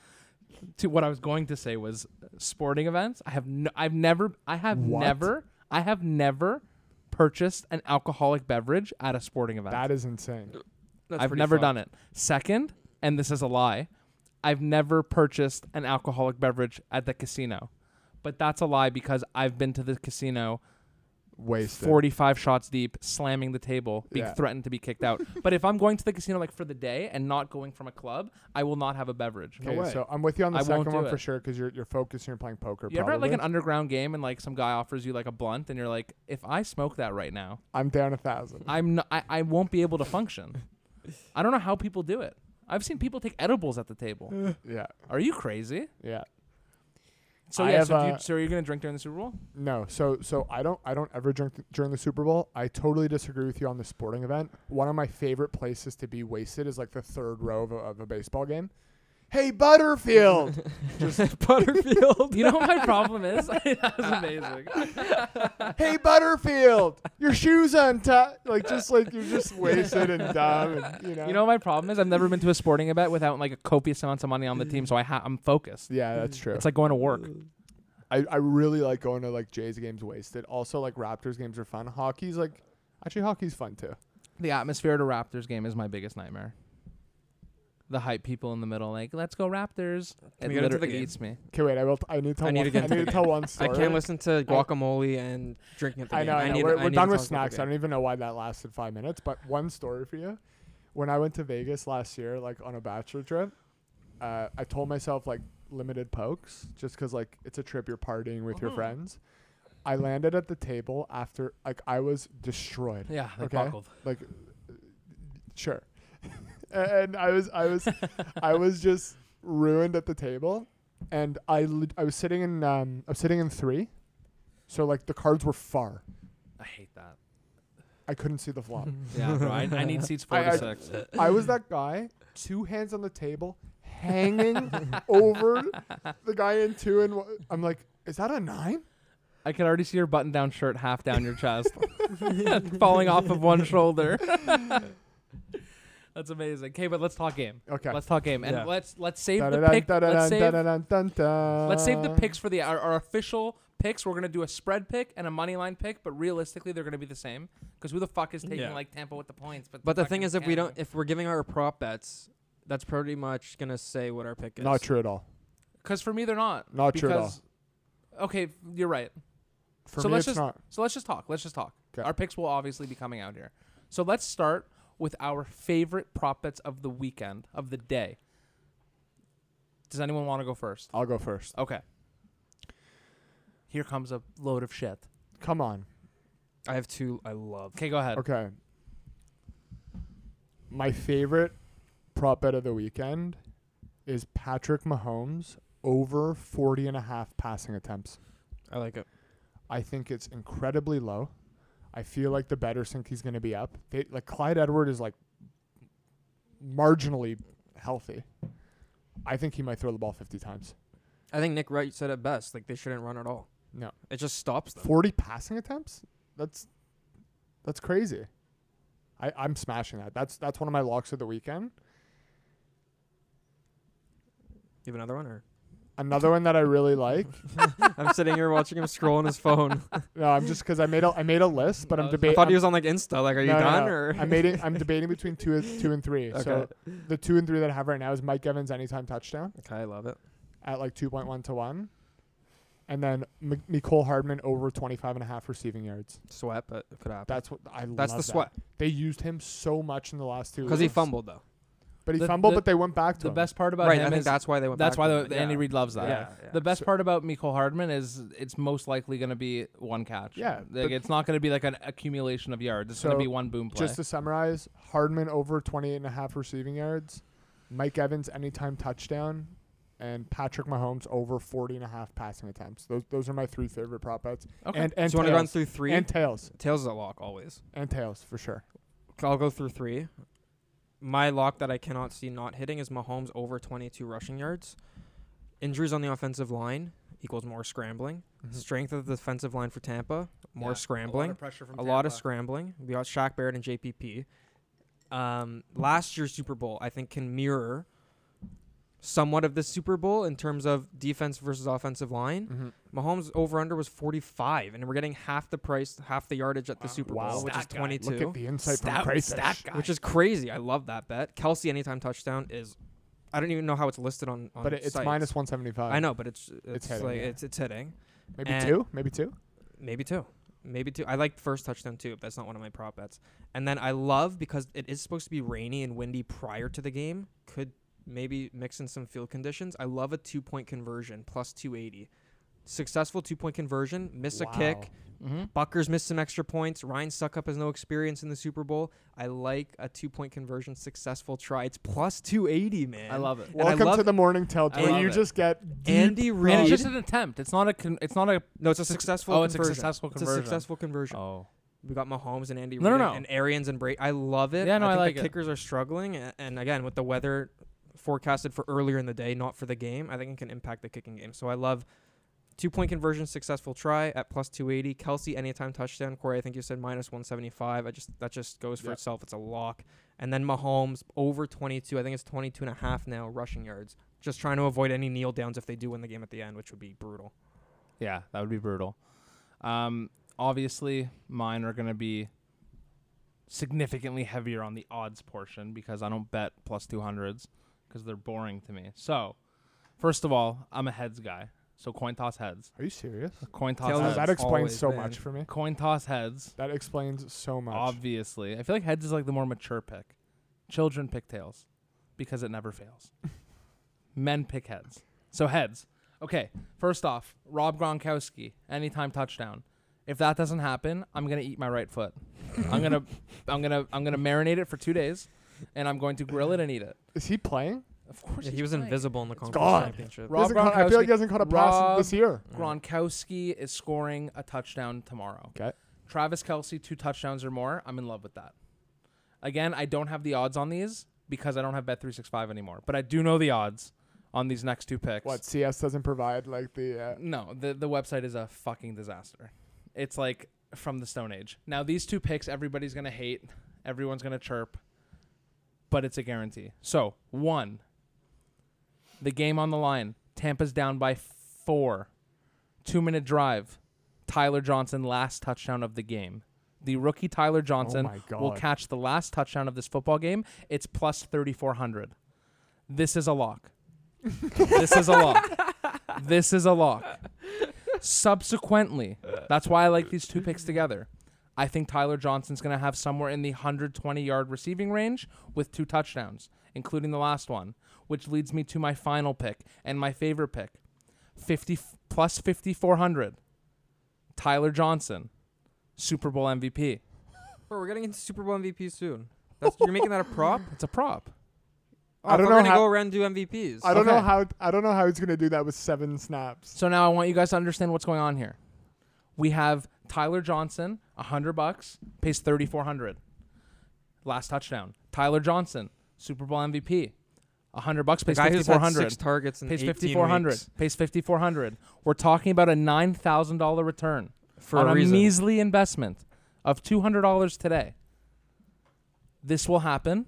D: To what I was going to say was uh, sporting events. I have no, I've never I have
C: What?
D: never I have never purchased an alcoholic beverage at a sporting event.
C: That is insane.
B: That's
D: I've
B: pretty
D: never
B: fucked.
D: done it. Second, and this is a lie, I've never purchased an alcoholic beverage at the casino. But that's a lie because I've been to the casino
C: Wasted.
D: 45 shots deep, slamming the table, being
C: Yeah.
D: threatened to be kicked out. but if I'm going to the casino like for the day and not going from a club, I will not have a beverage.
C: Okay,
B: way.
C: so I'm with you on the
D: I won't
C: second
D: do
C: one for
D: it.
C: sure because you're you're focused. You're playing poker.
D: You ever at like
C: probably.
D: an underground game and like some guy offers you like a blunt and you're like, if I smoke that right now,
C: I'm down a thousand.
D: I'm not, I, I won't be able to function. I don't know how people do it. I've seen people take edibles at the table.
C: yeah,
D: Are you crazy?
C: yeah.
D: So
C: I
D: yeah,
C: have uh,
D: so, do you,
C: a-
D: so are you gonna drink during the Super Bowl?
C: No, so so I don't I don't ever drink th- during the Super Bowl. I totally disagree with you on the sporting event. One of my favorite places to be wasted is like the third row of a, of a baseball game. Hey Butterfield,
B: Butterfield.
D: You know what my problem is? that was amazing.
C: hey Butterfield, your shoes on top. Like just like you're just wasted and dumb, and, you know.
D: You know what my problem is? I've never been to a sporting event without like a copious amount of money on the team, so I ha- I'm focused.
B: Mm.
C: Yeah, that's true.
D: It's like going to work.
C: I, I really like going to like Jays games wasted. Also like Raptors games are fun. Hockey's like actually hockey's fun too.
D: The atmosphere at a Raptors game is my biggest nightmare. The hype people in the middle, like, let's go Raptors.
B: Can we
D: it
B: get into
D: literally
B: the game?
D: eats me.
C: Okay, wait. I will. T- I need to. Tell
B: I need
C: one,
B: to get
C: I
B: into
C: need
B: the
C: to tell one
B: I
C: story.
B: can't listen to guacamole and drinking at the
C: I
B: game.
C: know. I know.
B: need,
C: we're
B: I
C: we're
B: need
C: done
B: to talk about
C: with
B: the
C: snacks. I
B: game.
C: don't even know why that lasted five minutes. But one story for you. When I went to Vegas last year, like on a bachelor trip, uh, I told myself like limited pokes, just because like it's a trip you're partying with
B: Mm-hmm.
C: your friends. I landed at the table after like I was destroyed.
D: Yeah, they
C: Okay.
D: buckled.
C: like uh, sure and i was i was i was just ruined at the table and i lit- i was sitting in um i was sitting in three so like the cards were far
D: I hate that.
C: i couldn't see the flop
D: Yeah, bro. I, I need seats four
C: I-
D: to six.
C: i was that guy two hands on the table hanging over the guy in two and one. i'm like is that a nine
D: I could already see your button-down shirt half down your chest, falling off of one shoulder. That's amazing. Okay, but let's talk game.
C: okay
D: Let's talk game, and
B: Yeah.
D: let's let's save the
C: Dun-dun-dun,
D: pick. Let's
C: dun-dun-dun,
D: save
C: dun-dun-dun, dun-dun.
D: Let's save the picks for the our, our official picks. We're gonna do a spread pick and a money line pick, but realistically, they're gonna be the same because who the fuck is taking
B: Yeah.
D: like Tampa with the points? But,
B: But the thing
D: fucking
B: is, if we
D: Tampa?
B: don't, if we're giving our prop bets, that's pretty much gonna say what our pick is.
C: Not true at all.
D: Because for me, they're not.
C: Not true at all.
D: because- Okay, you're right.
C: For
D: so
C: me,
D: let's
C: it's
D: just
C: not.
D: so let's just talk. Let's just talk.
C: 'Kay.
D: Our picks will obviously be coming out here. So let's start with our favorite prop bets of the weekend of the day. Does anyone want to go first?
C: I'll go first.
D: Okay. Here comes a load of shit.
C: Come on.
B: I have two. I love.
D: Okay, go ahead.
C: Okay. My favorite prop bet of the weekend is Patrick Mahomes over 40 and a half passing attempts.
B: I like it.
C: I think it's incredibly low. I feel like the betters think he's going to be up. They, like Clyde Edward is like marginally healthy. I think he might throw the ball 50 times.
B: I think Nick Wright said it best. Like they shouldn't run at all.
C: No.
B: It just stops them.
C: 40 passing attempts? That's that's crazy. I, I'm smashing that. That's that's one of my locks of the weekend.
B: You have another one, or
C: Another one that I really like.
B: I'm sitting here watching him scroll on his phone.
C: No, I'm just because I made a I made a list, but I'm
D: I was-
B: I
C: debating.
B: thought he was on like Insta. Like, are you done? Or
C: I'm debating. I'm debating between two, and- two and three. So
B: Okay.
C: the two and three that I have right now is Mike Evans anytime touchdown
B: okay, I love it.
C: at like 2.1 to one, and then M- Nicole Hardman over 25 and a half receiving yards.
B: Sweat, but it could happen.
C: That's what I.
B: That's
C: love
B: the
C: that.
B: sweat
C: They used him so much in the last two.
B: because he
C: weeks.
B: fumbled though.
C: but he
D: The-
C: fumbled,
D: the-
C: but they went back to
D: The
C: him.
D: best part about
B: Right.
D: him
B: I think
D: is
B: that's why they went.
D: that's
B: back
D: why
B: to
D: the,
B: him.
D: Andy Reid loves that.
B: Yeah, yeah.
D: The best
C: So-
D: part about Miko Hardman is it's most likely going to be one catch.
C: Yeah,
D: like
C: but-
D: it's not going to be like an accumulation of yards. It's going
C: So,
D: to be one boom play.
C: Just to summarize, Hardman over 28 and a half receiving yards, Mike Evans anytime touchdown, and Patrick Mahomes over 40 and a half passing attempts. Those those are my three favorite prop bets.
D: Okay.
C: And and
B: Do you want to run
C: tails.
B: through three?
C: and tails
B: Tails is a lock always.
C: and tails for sure.
B: I'll go through three. My lock that I cannot see not hitting is Mahomes over 22 rushing yards. Injuries on the offensive line equals more scrambling. Strength of the defensive line for Tampa, more
D: Mm-hmm. Yeah,
B: scrambling.
D: A lot of pressure from
B: a lot
D: Tampa.
B: of scrambling. We got Shaq Barrett and JPP. Um, last year's Super Bowl, I think, can mirror somewhat of this Super Bowl in terms of defense versus offensive line.
C: Mhm.
D: Mm-hmm.
B: Mahomes over under was 45, and we're getting half the price, half the yardage at the Super
C: Wow.
B: Bowl, which is
D: Stat guy. Look at
B: 22
C: Look at the insight
D: Stat-
C: from Crayfish.
D: stat guy.
B: which is crazy. I love that bet. Kelsey anytime touchdown is, I don't even know how it's listed on. on
C: But it, it's
B: sites.
C: minus 175.
B: I know, but it's it's,
C: hitting,
B: like
C: yeah.
B: it's it's hitting.
C: Maybe
B: and-
C: two. Maybe two.
B: Maybe two, maybe two. I like first touchdown too, but that's not one of my prop bets. And then I love because it is supposed to be rainy and windy prior to the game. Could maybe mix in some field conditions. I love a two point conversion plus two eighty. Successful two point conversion, miss a kick,
D: Mhm.
B: Buckers missed some extra points. Ryan Suckup has no experience in the Super Bowl. I like a two point conversion successful try. It's plus 280, man.
D: I love it.
B: And I
C: Welcome to
B: love-
C: the morning tilt
B: I
C: where
B: love
C: you
B: it.
C: just get deep.
B: Andy
D: And
B: Reid.
D: it's just an attempt. It's not a. Con- it's not a.
B: no, it's a successful
D: oh, it's a
B: conversion.
D: successful
B: It's a
D: conversion.
B: successful conversion.
D: Oh,
B: We got Mahomes and Andy
D: No, no,
B: Reid and-
D: no.
B: and Arians and Bray. I love it.
D: Yeah, no, I
B: think
D: like
B: the
D: it.
B: kickers are struggling. a- And again, with the weather forecasted for earlier in the day, not for the game, I think it can impact the kicking game. So I love two point conversion, successful try at plus 280. Kelsey, anytime touchdown. Corey, I think you said minus 175. I just That just goes for
C: Yeah.
B: itself. It's a lock. And then Mahomes over 22. I think it's 22 and a half now rushing yards. Just trying to avoid any kneel downs if they do win the game at the end, which would be brutal.
D: yeah, that would be brutal. Um, obviously, mine are going to be significantly heavier on the odds portion because I don't bet plus two hundreds because they're boring to me. So, first of all, I'm a heads guy, so coin toss heads.
C: Are you serious?
D: Coin toss.
B: Tails
C: Uh,
B: That's
D: heads.
C: that explains
B: always
C: so
B: been-
C: much for me.
D: Coin toss heads.
C: That explains so much.
D: Obviously, I feel like heads is like the more mature pick. Children pick tails because it never fails. Men pick heads. So heads. Okay, first off, Rob Gronkowski, anytime touchdown. If that doesn't happen, I'm gonna eat my right foot. I'm gonna, I'm gonna, I'm gonna marinate it for two days, and I'm going to grill it and eat it.
C: Is he playing?
D: Of course,
B: Yeah, he
D: he's
B: was
D: playing.
B: invisible in the conference
C: gone.
B: championship.
D: Rob
C: He hasn't caught- I feel like
D: Gronkowski-
C: he hasn't caught a pass
D: Rob-
C: this year.
D: Gronkowski is scoring a touchdown tomorrow.
C: Okay.
D: Travis Kelsey, two touchdowns or more. I'm in love with that. Again, I don't have the odds on these because I don't have Bet365 anymore, but I do know the odds on these next two picks.
C: What CS doesn't provide like the uh,
D: No, the, the website is a fucking disaster. It's like from the Stone Age. Now, these two picks, everybody's going to hate, everyone's going to chirp, but it's a guarantee. So, one, the game on the line. Tampa's down by four. Two minute drive. Tyler Johnson, last touchdown of the game. The rookie Tyler Johnson
C: Oh my
D: will
C: God.
D: catch the last touchdown of this football game. It's plus 3,400. This is a lock. this is a lock. This is a lock. Subsequently, that's why I like these two picks together. I think Tyler Johnson's going to have somewhere in the 120 yard receiving range with two touchdowns, including the last one, which leads me to my final pick and my favorite pick 50 plus 5,400. Tyler Johnson, Super Bowl MVP.
B: Bro, we're getting into Super Bowl MVP soon. That's, you're making that a prop?
D: It's a prop.
B: Oh,
C: I
B: I
C: don't
B: don't
C: know
B: We're gonna
C: how-
B: go around and do MVPs.
C: I don't know
D: Okay.
C: how I don't know how he's gonna do that with seven snaps.
D: So now I want you guys to understand what's going on here. We have Tyler Johnson, 100 bucks, pays 3400. Last touchdown. Tyler Johnson, Super Bowl MVP, 100 bucks,
B: the
D: pays
B: guy who's had
D: 5400.
B: six targets in
D: Pays
B: 18
D: 5400.
B: weeks
D: Pays 5400. We're talking about a $9,000 return
B: for
D: on
B: a
D: a
B: reason.
D: measly investment of $200 today. This will happen.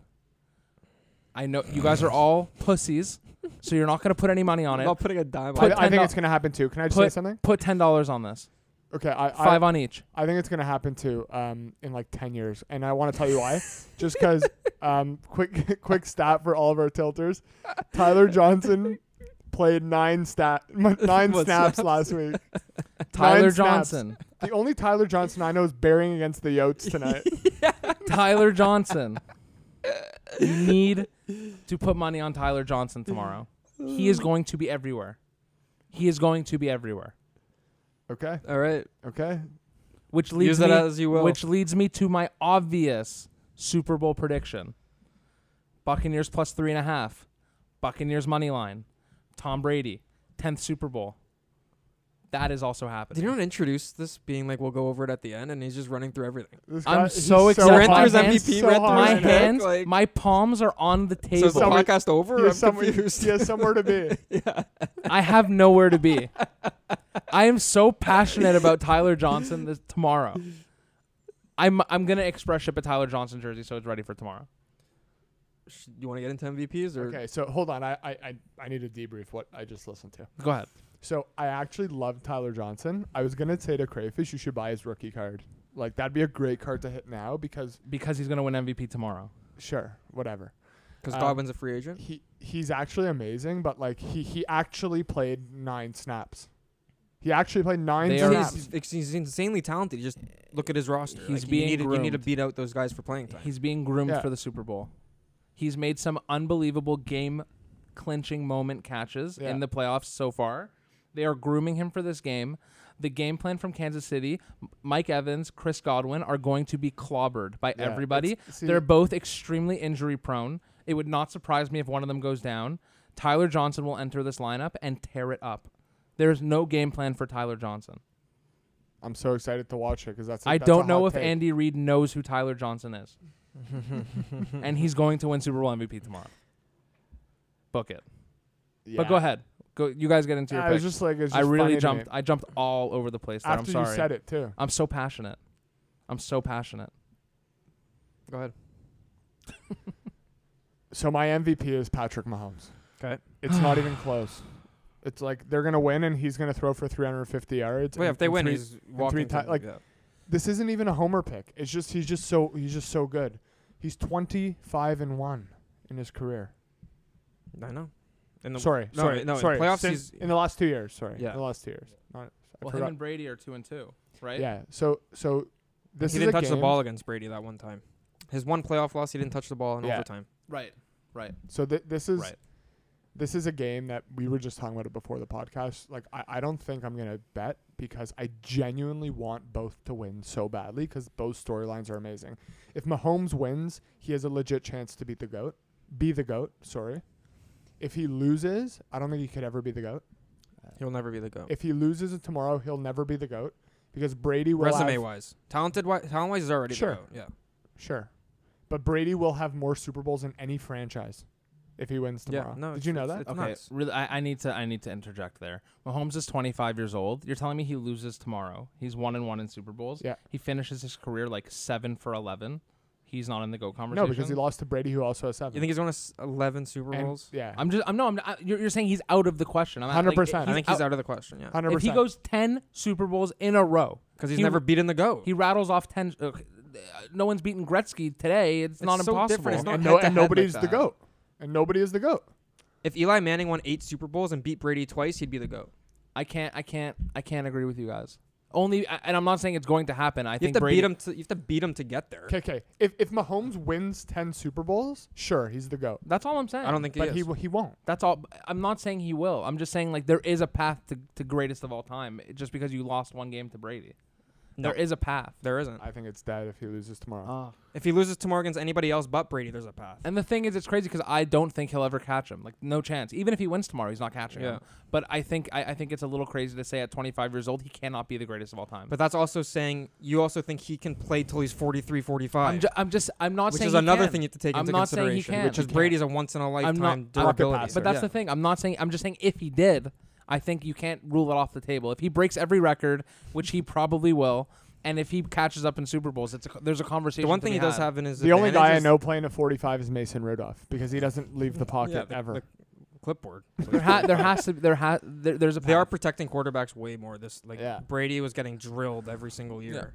D: I know you guys are all pussies, so you're not going to put any money
B: I'm
D: on it.
B: not putting a dime
D: Put
B: on
C: I,
B: it.
C: I think
D: $10
C: it's gonna happen too. Can I just say something?
D: Put ten dollars on this.
C: Okay, I, I
D: Five on each.
C: I think it's gonna happen too um, in like ten years, and I want to tell you why. Just because, um, quick quick stat for all of our tilters: Tyler Johnson played nine stat m- nine
B: What,
C: snaps, last week.
D: Tyler
C: snaps.
D: Johnson.
C: The only Tyler Johnson I know is bearing against the Yotes tonight.
D: Tyler Johnson. You need to put money on Tyler Johnson tomorrow. He is going to be everywhere. He is going to be everywhere.
C: okay,
B: All right.
C: okay.
D: Which leads
B: Use
D: me,
B: that as you will.
D: which leads me to my obvious Super Bowl prediction. Buccaneers plus three and a half. Buccaneers money line. Tom Brady, tenth Super Bowl. That is also happening.
B: Did you not introduce this being like we'll go over it at the end and he's just running through everything?
C: This
D: I'm
C: he's
D: so excited.
C: hot
D: Ran through his
C: right now.
B: MVP,
C: He's so
B: ran through
C: hot
D: my
C: right now.
B: hand.
D: hands,
B: like-
D: my palms are on the
B: So
D: table.
B: is the
C: Someone-
B: podcast over?
C: He
B: I'm
C: has, somewhere,
B: confused.
C: he has somewhere to be.
D: I have nowhere to be. I am so passionate about Tyler Johnson this tomorrow. I'm I'm gonna express ship a Tyler Johnson jersey so it's ready for tomorrow.
B: Sh- You want to get into MVPs or
C: Okay, so hold on. I, I, I, I need to debrief what I just listened to.
D: Go ahead.
C: So I actually love Tyler Johnson. I was gonna say to Crayfish, you should buy his rookie card. Like that'd be a great card to hit now because
D: Because he's gonna win MVP tomorrow.
C: sure, whatever.
B: because
C: Um,
B: Dobbins a free agent?
C: He he's actually amazing, but like he he actually played nine snaps. He actually played nine
D: They are-
C: snaps.
B: He's, ex- he's insanely talented. You just look at his roster.
D: He's
B: like,
D: being
B: you need, to- you need to
D: groomed.
B: beat out those guys for playing time.
D: He's being groomed
C: Yeah.
D: for the Super Bowl. He's made some unbelievable game clinching moment catches
C: Yeah.
D: in the playoffs so far. They are grooming him for this game. The game plan from Kansas City, M- Mike Evans, Chris Godwin are going to be clobbered by
C: Yeah,
D: everybody.
C: it's- see-
D: They're both extremely injury prone. It would not surprise me if one of them goes down. Tyler Johnson will enter this lineup and tear it up. There's no game plan for Tyler Johnson.
C: I'm so excited to watch it because that's. a-
D: I
C: that's a
D: don't know
C: hot
D: if
C: take.
D: Andy Reid knows who Tyler Johnson is. and he's going to win Super Bowl MVP tomorrow. Book it. But
C: Yeah.
D: go ahead. Go you guys get into your
C: I was
D: picks.
C: just like, it's
D: I
C: just funny
D: really
C: to
D: jumped
C: me.
D: I jumped all over the place there.
C: after
D: I'm sorry.
C: you said it too.
D: I'm so passionate. I'm so passionate.
B: Go ahead.
C: So my MVP is Patrick Mahomes.
B: 'Kay.
C: It's not even close. It's like they're gonna win and he's gonna throw for 350 yards.
B: Well, yeah,
C: and-
B: if they
C: and
B: win,
C: three-
B: he's walking.
C: ti-
B: to-
C: like-
B: yeah.
C: this isn't even a homer pick. It's just he's just so he's just so good. He's 25 and one in his career.
B: I know. In the-
C: sorry,
B: no,
C: sorry,
B: no, in
C: sorry.
B: playoffs,
C: Since-
B: he's-
C: in the last two years. Sorry,
B: Yeah.
C: in the last two years. Not, I
D: Well, him
C: forgot.
D: and Brady are two and two, right?
C: yeah. So so this
B: he
C: is
B: didn't
C: a
B: touch the
C: game-
B: ball against Brady that one time. His one playoff loss, he didn't touch the ball in
C: Yeah.
B: overtime.
D: Right. Right.
C: So th- this is
D: Right.
C: this is a game that we were just talking about it before the podcast. Like I, I don't think I'm gonna bet because I genuinely want both to win so badly because both storylines are amazing. If Mahomes wins, he has a legit chance to beat the goat. Be the goat. Sorry. If he loses, I don't think he could ever be the goat.
B: He'll never be the goat.
C: If he loses it tomorrow, he'll never be the goat because Brady will
B: Resume
C: have,
B: wise, talented, wi- talent wise, is already
C: Sure.
B: the goat. Yeah.
C: sure, but Brady will have more Super Bowls than any franchise if he wins
B: Yeah,
C: tomorrow.
B: no,
C: Did
B: it's-
C: you know
B: it's-
C: that?
B: it's-
D: Okay,
B: nuts.
D: really, I, I need to I need to interject there. Mahomes is 25 years old. You're telling me he loses tomorrow. He's one and one in Super Bowls.
C: Yeah.
D: He finishes his career like seven for 11. he's not in the goat conversation.
C: No, because he lost to Brady, who also has seven.
B: You think he's won us eleven Super
C: And-
B: Bowls?
C: Yeah,
D: I'm just. I'm no. I'm. Not, I- you're, you're saying he's out of the question. I'm not- like,
C: 100%.
B: I
C: he's
B: think he's out of the question. Yeah,
C: hundred
D: If he
C: percent.
D: goes ten Super Bowls in a row,
B: because he's
D: he-
B: never beaten the goat.
D: he rattles off ten. Uh, no one's beaten Gretzky today. It's,
B: It's
D: not
B: so
D: impossible.
B: different. It's not
C: and,
B: head
C: no,
B: to
C: and
B: head
C: nobody's
B: like
C: the
B: that.
C: goat, and nobody is the goat.
B: If Eli Manning won eight Super Bowls and beat Brady twice, he'd be the goat.
D: I can't. I can't. I can't agree with you guys. Only, and I'm not saying it's going to happen. I
B: You
D: think
B: have to
D: Brady.
B: beat him. To, you have to beat him to get there.
C: Okay, okay. If if Mahomes wins ten Super Bowls, sure, he's the goat.
D: That's all I'm saying.
B: I don't think he
C: but
B: is.
C: he w- he won't.
D: That's all. I'm not saying he will. I'm just saying like there is a path to, to greatest of all time. it- Just because you lost one game to Brady,
B: No.
D: there is a path.
B: there isn't.
C: I think it's dead if he loses tomorrow.
B: If he loses to Morgan's anybody else but Brady, there's a path.
D: And the thing is, it's crazy because I don't think he'll ever catch him. Like no chance. Even if he wins tomorrow, he's not catching
B: Yeah.
D: him. But I think I, I think it's a little crazy to say at 25 years old he cannot be the greatest of all time.
B: But that's also saying you also think he can play till he's 43, 45.
D: I'm, ju- I'm just I'm not
B: which
D: saying
B: is
D: he
B: another
D: can.
B: thing you have to take
D: I'm
B: into
D: not saying he
B: consideration,
D: can.
B: which is
D: He
B: Brady's a once in a
D: I'm
B: lifetime
D: not- I'm-
B: durability.
C: passer.
D: But that's
B: Yeah.
D: the thing. I'm not saying. I'm just saying if he did, I think you can't rule it off the table. If he breaks every record, which he probably will, and if he catches up in Super Bowls, it's a, there's a conversation.
B: The one
D: to
B: thing
D: be
B: he does
D: had.
B: have in his
C: the only
B: advantage
C: guy I
B: is
C: know playing at 45 is Mason Rudolph because he doesn't leave the pocket
B: Yeah, the-
C: ever.
B: the clipboard.
D: There, ha- there has to. There ha- there, There's a.
B: they are
D: path.
B: protecting quarterbacks way more. This like
C: Yeah.
B: Brady was getting drilled every single year.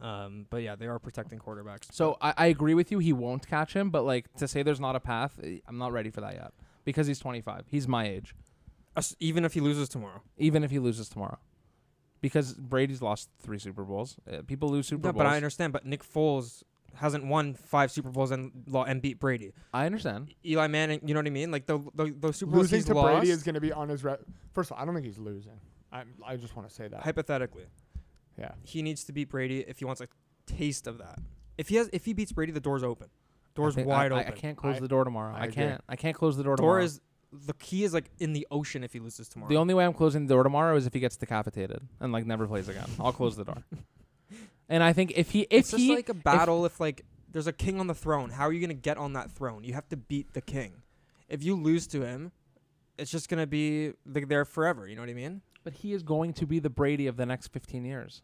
B: Um, but yeah, they are protecting quarterbacks.
D: So I, I agree with you. He won't catch him, but like to say there's not a path, eh, I'm not ready for that yet because he's 25. He's my age.
B: Us- Uh, even if he loses tomorrow,
D: Even if he loses tomorrow, because Brady's lost three Super Bowls. Uh, people lose Super
B: Yeah,
D: Bowls.
B: but I understand. But Nick Foles hasn't won five Super Bowls and lo- and beat Brady.
D: I understand.
B: Eli Manning, you know what I mean? Like the the, the Super Bowls
C: losing
B: he's
C: to
B: lost.
C: Brady is going to be on his re- first of all. I don't think he's losing. I I just want to say that.
B: hypothetically,
C: yeah,
B: he needs to beat Brady if he wants a taste of that. If he has, if he beats Brady, the door's open. Door's
D: I think- I-
B: wide
D: I,
B: open.
D: I can't close
C: I-
D: the door tomorrow.
C: I
D: I,
C: agree.
D: can't. I can't close the door
B: Door
D: tomorrow.
B: is the key is like in the ocean if he loses tomorrow.
D: The only way I'm closing the door tomorrow is if he gets decapitated and like never plays again. I'll close the door. And I think if he if
B: it's
D: he
B: just like a battle if, like there's a king on the throne. How are you gonna get on that throne? You have to beat the king. If you lose to him, it's just gonna be like there forever. You know what I mean?
D: but he is going to be the Brady of the next 15 years.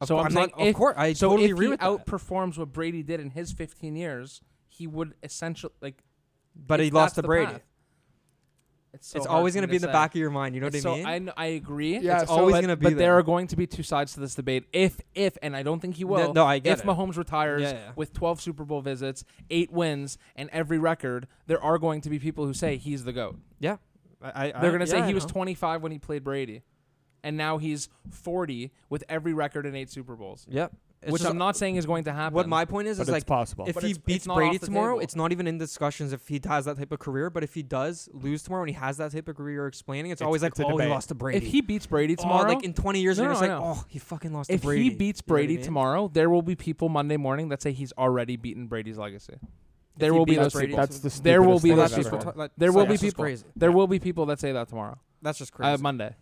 B: Of
D: so
B: cour-
D: I'm,
B: I'm
D: saying
B: not- of
D: if-
B: course, I
D: so
B: totally
D: if
B: agree
D: he
B: with that.
D: outperforms what Brady did in his 15 years, he would essentially like
B: But
D: if
B: he lost
D: that's
B: to
D: the
B: Brady.
D: path. It's, so
B: it's
D: hard
B: always
D: for
B: gonna
D: me to
B: be in the
D: say.
B: back of your mind. You know what
D: so
B: I mean?
D: I, kn- I agree.
C: Yeah,
B: it's
C: so-
B: always
D: but,
B: gonna be
D: but there
B: there.
D: are going to be two sides to this debate. If if and I don't think he
B: No-
D: will.
B: no, I get
D: if
B: it.
D: Mahomes retires
B: Yeah, yeah.
D: with 12 Super Bowl visits, eight wins, and every record, there are going to be people who say he's the goat.
B: yeah. I, I,
D: They're going to say
B: yeah, I
D: he was
B: know.
D: 25 when he played Brady, and now he's 40 with every record and eight Super Bowls,
B: Yep. It's
D: which
B: just-
D: I'm not saying is going to happen.
B: What my point is
C: but
B: is
C: it's
B: like
C: possible.
B: if
D: But
B: he
D: it's- it's
B: beats
D: not
B: Brady
D: off the
B: tomorrow,
D: table.
B: it's not even in discussions if he has that type of career. But if he does lose tomorrow and he has that type of career, you're explaining it's,
C: It's-
B: always
C: it's a
B: like, oh, he
C: debate.
B: lost to Brady.
D: if he beats Brady
B: Oh,
D: tomorrow,
B: like in 20 years,
D: No,
B: you're
D: no,
B: just like,
D: I know.
B: oh, he fucking lost
D: if
B: to Brady.
D: he beats
B: You know what I
D: Brady
B: mean?
D: tomorrow, there will be people Monday morning that say he's already beaten Brady's legacy. There
B: he
D: will be
B: beats
D: those
B: Brady
D: people.
C: that's the
D: There will
C: stupidest
D: be
C: thing
D: less
C: I've
D: people.
C: ever heard.
B: Like,
D: There will
B: that's
D: be
B: just
D: people.
B: Crazy.
D: There will be people that say that tomorrow,
B: That's just crazy.
D: uh, Monday.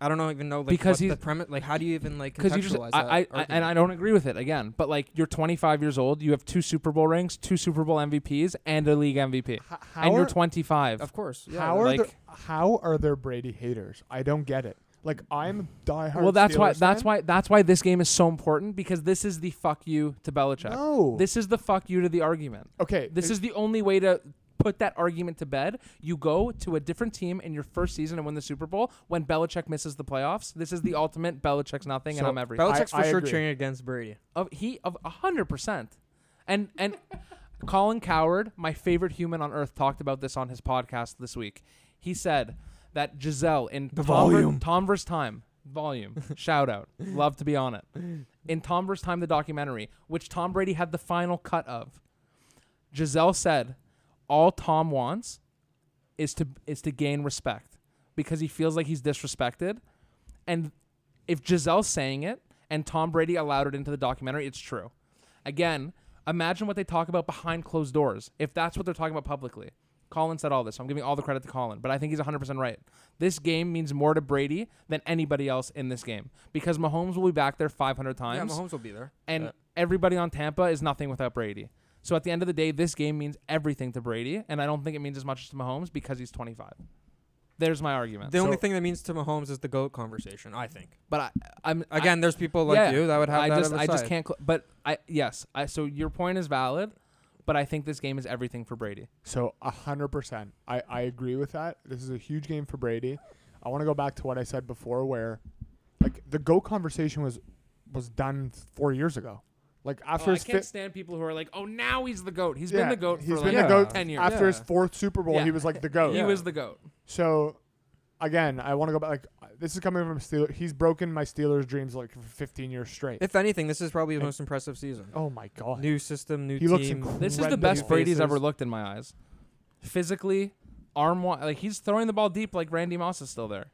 B: I don't know, even know like
D: because
B: what the
D: he's-
B: premise. Like, how do you even like
D: because you just
B: contextualize
D: I,
B: that
D: I, I
B: argument?
D: and I don't agree with it again. But like you're 25 years old, you have two Super Bowl rings, two Super Bowl MVPs, and a league MVP,
C: H- how
D: and you're
C: are-
D: 25.
B: of course. Yeah,
C: how are
D: like-
C: there, how are there Brady haters? I don't get it. Like I'm a diehard.
D: Well, that's why
C: Steelers
D: that's
C: fan.
D: why that's why this game is so important because this is the fuck you to Belichick.
C: No.
D: This is the fuck you to the argument.
C: Okay,
D: This is the only way to put that argument to bed. You go to a different team in your first season and win the Super Bowl when Belichick misses the playoffs. This is the ultimate Belichick's nothing and
B: So
D: I'm everything.
B: Belichick's
C: I-
B: for
C: I
B: sure
C: agree.
B: cheering against Brady.
D: of he of a hundred percent, and and Colin Coward, my favorite human on earth, talked about this on his podcast this week. He said that Giselle in the Tom, ver-
B: volume.
D: Tom vs Time volume shout out love to be on it in Tom vs Time the documentary, which Tom Brady had the final cut of. Giselle said, "All Tom wants is to is to gain respect because he feels like he's disrespected." And if Giselle's saying it and Tom Brady allowed it into the documentary, it's true. Again, imagine what they talk about behind closed doors. If that's what they're talking about publicly. Colin said all this. So I'm giving all the credit to Colin, but I think he's 100% right. This game means more to Brady than anybody else in this game because Mahomes will be back there 500
B: Yeah,
D: times
B: Mahomes will be there.
D: and
B: Yeah.
D: everybody on Tampa is nothing without Brady. So at the end of the day, this game means everything to Brady, and I don't think it means as much to Mahomes because he's 25. There's my argument.
B: The only
C: So-
B: thing that means to Mahomes is the goat conversation. I think.
D: but I, I'm I-
B: Again, there's people like
D: yeah,
B: you that would have
D: I
B: that.
D: just
B: other
D: I just
B: side.
D: can't. Cl- but I yes. I so your point is valid, but I think this game is everything for Brady.
C: So a hundred percent, I I agree with that. This is a huge game for Brady. I want to go back to what I said before, where like the go conversation was was done four years ago. Like after
D: Oh, I
C: his
D: can't
C: fifth,
D: stand people who are like, oh, now he's the goat. He's been
C: Yeah,
D: the goat
C: he's
D: for
C: been
D: like
C: the goat
D: ten years.
C: after his
B: Yeah.
C: fourth Super Bowl,
D: Yeah.
C: he was like the goat.
D: He
B: Yeah.
D: was the goat.
C: So again, I want to go back. Like this is coming from Steeler. He's broken my Steelers dreams like for 15 years straight.
B: If anything, this is probably his most impressive season.
C: oh my god,
B: New system, new
C: he
B: team.
C: looks incredible.
D: This is the best Brady's ever looked in my eyes. Physically, arm wise, like he's throwing the ball deep. Like Randy Moss is still there.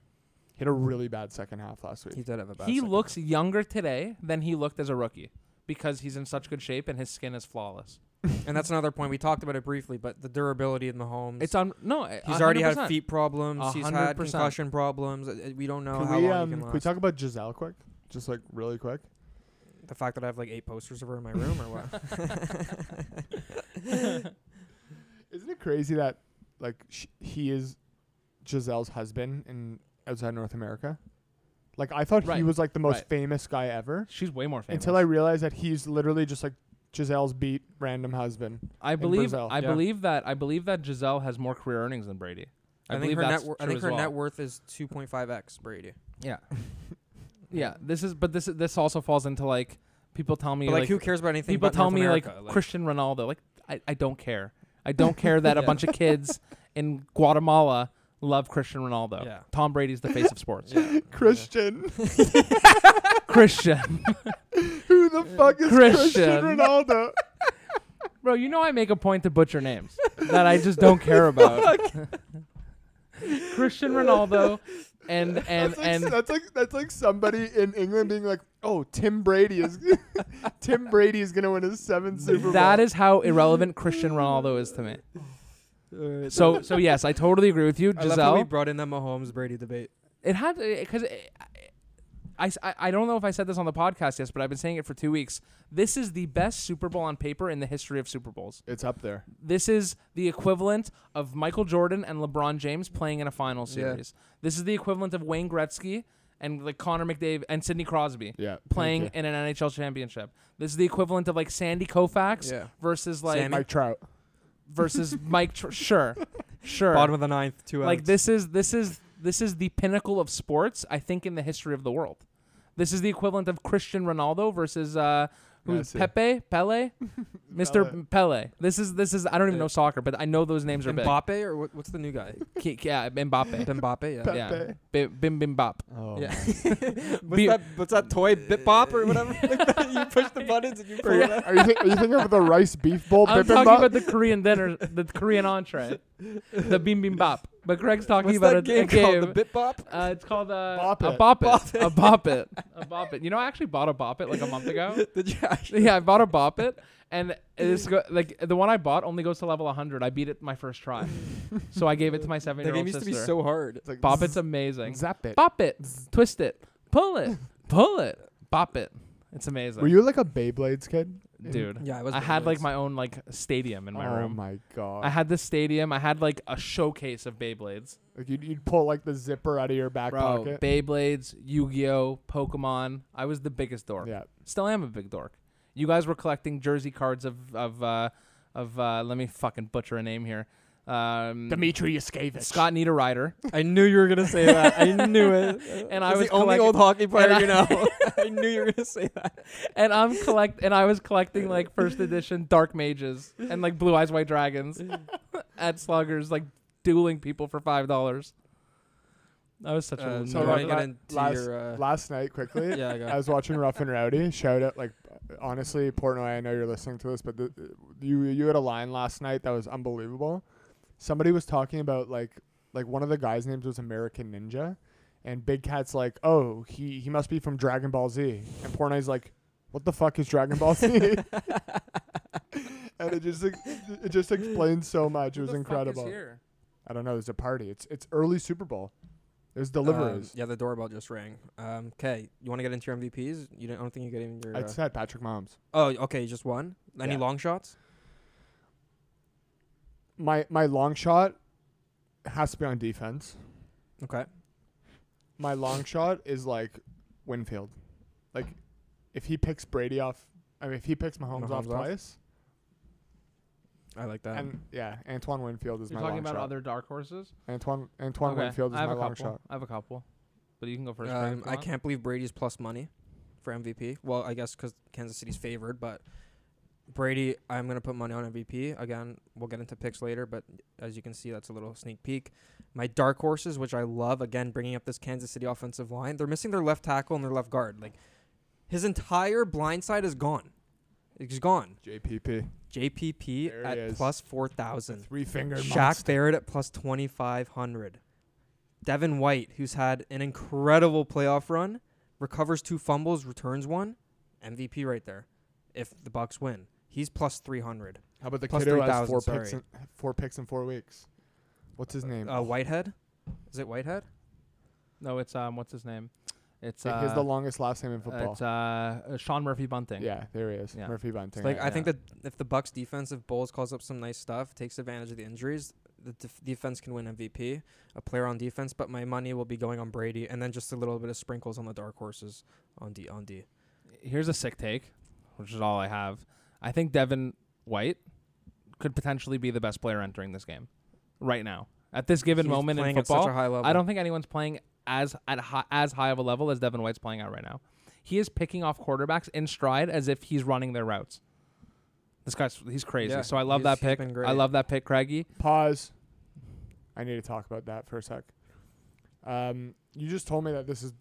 C: He had a really bad second half last
B: He
C: week.
B: did have a bad.
D: he
B: second.
D: looks younger today than he looked as a rookie because he's in such good shape and his skin is flawless.
B: and that's another point we talked about it briefly, but the durability of Mahomes.
D: It's on no. a-
B: He's already had
D: 100%.
B: feet problems.
D: A
B: He's
D: hundred
B: had
D: percent.
B: concussion problems. Uh, uh, We don't know how
C: Can we
B: long
C: um,
B: he
C: can
B: can
C: we
B: last.
C: talk about Giselle quick? Just like really quick.
B: the fact that I have like eight posters of her in my room, or what?
C: Isn't it crazy that like sh- he is Giselle's husband in outside North America? Like I thought he
D: Right,
C: was like the most
D: right.
C: famous guy ever
D: She's way more famous.
C: until I realized that he's literally just like Giselle's beat random husband.
D: I believe
C: Brazil.
D: I
B: Yeah.
D: believe that I believe that Giselle has more career earnings than Brady.
B: I,
D: I,
B: think
D: believe
B: her
D: that's
B: net. wor- I
D: true
B: think
D: as
B: her
D: well.
B: net worth is 2.5x Brady.
D: Yeah, yeah. This is but this this also falls into like people tell me
B: But like, who cares about anything?
D: people
B: but
D: tell
B: North
D: me
B: America?
D: like Christian Ronaldo. Like I, I don't care. I don't care that a
B: Yeah.
D: bunch of kids in Guatemala love Christian Ronaldo.
B: Yeah.
D: Tom Brady's the face of sports.
B: Yeah.
C: Christian,
D: Christian,
C: who the fuck is Christian
D: Christian.
C: Ronaldo?
D: bro, you know I make a point to butcher names that I just don't care about. Christian Ronaldo and and
C: that's like,
D: and
C: that's like that's like somebody in England being like, "Oh, Tim Brady is Tim Brady is gonna win his seventh Super Bowl."
D: That is how irrelevant Christian Ronaldo is to me. So, so yes, I totally agree with you,
B: I love how we
D: Giselle.
B: brought in that Mahomes Brady debate.
D: It had because I, I, I don't know if I said this on the podcast yes, but I've been saying it for two weeks. This is the best Super Bowl on paper in the history of Super Bowls.
C: it's up there.
D: This is the equivalent of Michael Jordan and LeBron James playing in a final
B: Yeah.
D: series. This is the equivalent of Wayne Gretzky and like Connor McDavid and Sidney Crosby
C: Yeah,
D: playing in an NHL championship. This is the equivalent of like Sandy Koufax
B: Yeah.
D: versus like
B: Sammy
C: Mike Trout.
D: versus Mike. Tr- sure, sure.
B: Bottom of the ninth, two
D: like
B: outs.
D: this is this is this is the pinnacle of sports. I think in the history of the world, this is the equivalent of Christian Ronaldo versus uh, who's
C: Messi.
D: Pepe Pele, Mister Pele. This is this is I don't even know soccer, but I know those names are big.
B: Mbappe or what, what's the new guy?
D: Ki- Yeah, Mbappe.
B: Mbappe, yeah.
D: yeah,
C: Pepe.
D: bim bim bim bop.
C: Oh,
B: Yeah. what's,
D: Be-
B: that, what's that toy Bit Bop or whatever? you push the buttons and you pull it up.
C: Are you, thi- are you thinking of the rice beef
B: Oh,
C: bowl?
D: I'm
C: bibimbap?
D: talking about the Korean dinner, the Korean entree, the bim bim bop. But Greg's talking
B: What's
D: about
B: that game
D: a, a
B: called? The Bit Bop?
D: Uh, it's called uh,
C: Bop
D: a
C: It.
D: bop it. A bop it. A bop it. You know, I actually bought a bop it like a month ago.
B: Did you actually?
D: yeah, I bought a bop it, and it's go- like the one I bought only goes to level 100. I beat it my first try, so I gave it to my
B: That
D: seven-year-old
B: game used
D: sister.
B: to be so hard.
C: It's like
D: bop
C: zzz,
D: it's amazing.
C: Zap it.
D: Bop it. Twist it. Pull it. Pull it. Bop it. It's amazing,
C: Were you like a Beyblades kid,
D: dude.
B: Mm, Yeah, I was.
D: I had like my own like stadium in my
C: oh
D: room.
C: my god!
D: I had this stadium. I had like a showcase of Beyblades.
C: like you'd, you'd pull like the zipper out of your back
D: Bro,
C: pocket.
D: Beyblades, Yu-Gi-Oh, Pokemon. I was the biggest dork.
C: yeah,
D: Still am a big dork. You guys were collecting jersey cards of of uh, of uh, let me fucking butcher a name here. Um,
C: Dmitri Yaskevich.
D: Scott Niederreiter.
B: I knew you were gonna say that. I knew it.
D: And I
B: It's
D: was
B: the only
D: collect-
B: old hockey player
D: and
B: you know. I knew you were gonna say that.
D: and I'm collect and I was collecting like first edition Dark Mages and like Blue Eyes White Dragons at Sluggers, like dueling people for five dollars. I was such a
B: Uh,
D: little
B: so
D: nerd.
C: you
B: we're
C: wanna
B: gonna
C: la-
B: get into
C: last-
B: your. Uh,
C: Last night, quickly,
B: yeah, go.
C: I was watching Rough and Rowdy. Shout out, like, honestly, Portnoy. I know you're listening to this, but the, you you had a line last night that was unbelievable. Somebody was talking about like like one of the guys' names was American Ninja, and Big Cat's like, oh, he he must be from Dragon Ball Z, and Portnoy's like, what the fuck is Dragon Ball Z? and it just like, it just explains so much. It was incredible. I don't know. There's a party. It's it's early Super Bowl. There's
B: Um,
C: deliveries.
B: yeah, the doorbell just rang. Um, Okay, you want to get into your MVPs? You don't, I don't think you get in your.
C: I
B: uh,
C: said Patrick Mahomes.
B: oh, okay, you just one. Any
C: Yeah.
B: long shots?
C: my my long shot has to be on defense.
B: Okay.
C: My long shot is like Winfield. Like if he picks Brady off, I mean if he picks Mahomes, off
B: Mahomes off?
C: twice,
B: I like that.
C: and yeah, Antoine Winfield is
D: You're
C: my
D: talking
C: long
D: about
C: shot.
D: other dark horses.
C: Antoine Antoine
D: Okay,
C: Winfield is
D: I have
C: my
D: a
C: long
D: couple.
C: shot.
D: I have a couple, but you can go first. Frank,
B: Um,
D: if you
B: I
D: want.
B: can't believe Brady's plus money for MVP. Well, I guess because Kansas City's favored, but Brady, I'm gonna put money on MVP again. We'll get into picks later, but as you can see, that's a little sneak peek. My dark horses, which I love, again bringing up this Kansas City offensive line, they're missing their left tackle and their left guard. Like his entire blind side is gone. It's gone.
C: JPP,
B: JPP
C: There he
B: at
C: is.
B: plus four thousand.
C: three finger
B: Shaq Barrett at plus 2,500. Devin White, who's had an incredible playoff run, recovers two fumbles, returns one. MVP right there. If the Bucks win, he's plus 300.
C: How about the
B: Plus
C: kid who
B: 3,000,
C: has four picks, in,
B: sorry.
C: four picks in four weeks? What's his name?
B: Uh, Whitehead? Is it Whitehead?
D: No, it's um, what's his name? It's
C: he
D: uh,
C: has the longest last name in
D: uh,
C: football.
D: it's uh, uh, Sean Murphy Bunting.
C: yeah, there he is,
D: Yeah.
C: Murphy Bunting.
B: like
C: right?
B: I think
D: yeah.
B: that if the Bucks defensive Bowles calls up some nice stuff, takes advantage of the injuries, the def- defense can win MVP, a player on defense. But my money will be going on Brady, and then just a little bit of sprinkles on the dark horses on D on D.
D: Here's a sick take, which is all I have. I think Devin White could potentially be the best player entering this game, right now. At this given
B: He's
D: moment in
B: playing at such
D: football,
B: a high level.
D: I don't think anyone's playing as at hi- as high of a level as Devin White's playing at right now. He is picking off quarterbacks in stride as if he's running their routes. This guy's he's crazy.
B: Yeah,
D: so I love
B: he's-
D: that
B: he's
D: pick.
B: been great.
D: I love that pick, Craigie.
C: Pause. I need to talk about that for a sec. Um, you just told me that this is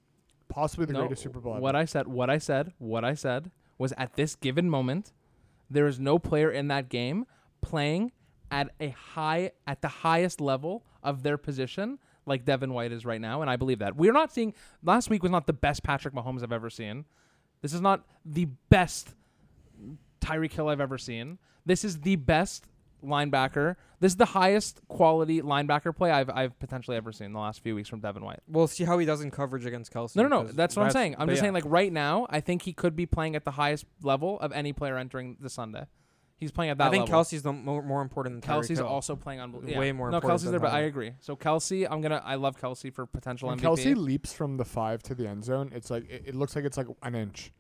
C: possibly the
D: No,
C: greatest Super Bowl.
D: What
C: ever.
D: I said, what I said, what I said was at this given moment, there is no player in that game playing at a high at the highest level of their position like Devin White is right now, and I believe that. We're not seeing last week was not the best Patrick Mahomes I've ever seen. This is not the best Tyreek Hill I've ever seen. This is the best linebacker. This is the highest quality linebacker play I've I've potentially ever seen in the last few weeks from Devin White.
B: We'll see how he does in coverage against Kelsey.
D: No, no, no.
B: because
D: That's what I'm saying. I'm
B: but
D: just
B: yeah.
D: saying, like right now, I think he could be playing at the highest level of any player entering the Sunday. He's playing at that
B: I think
D: level.
B: Kelsey's the more, more important than Tyreek
D: Kelsey's
B: Hill.
D: also playing on yeah.
B: Way more
D: No,
B: important than
D: Kelsey's there, but I
B: Tyreek.
D: agree. So Kelsey, I'm gonna. I love Kelsey for potential
C: When
D: MVP.
C: Kelsey leaps from the five to the end zone, it's like it, it looks like it's like an inch.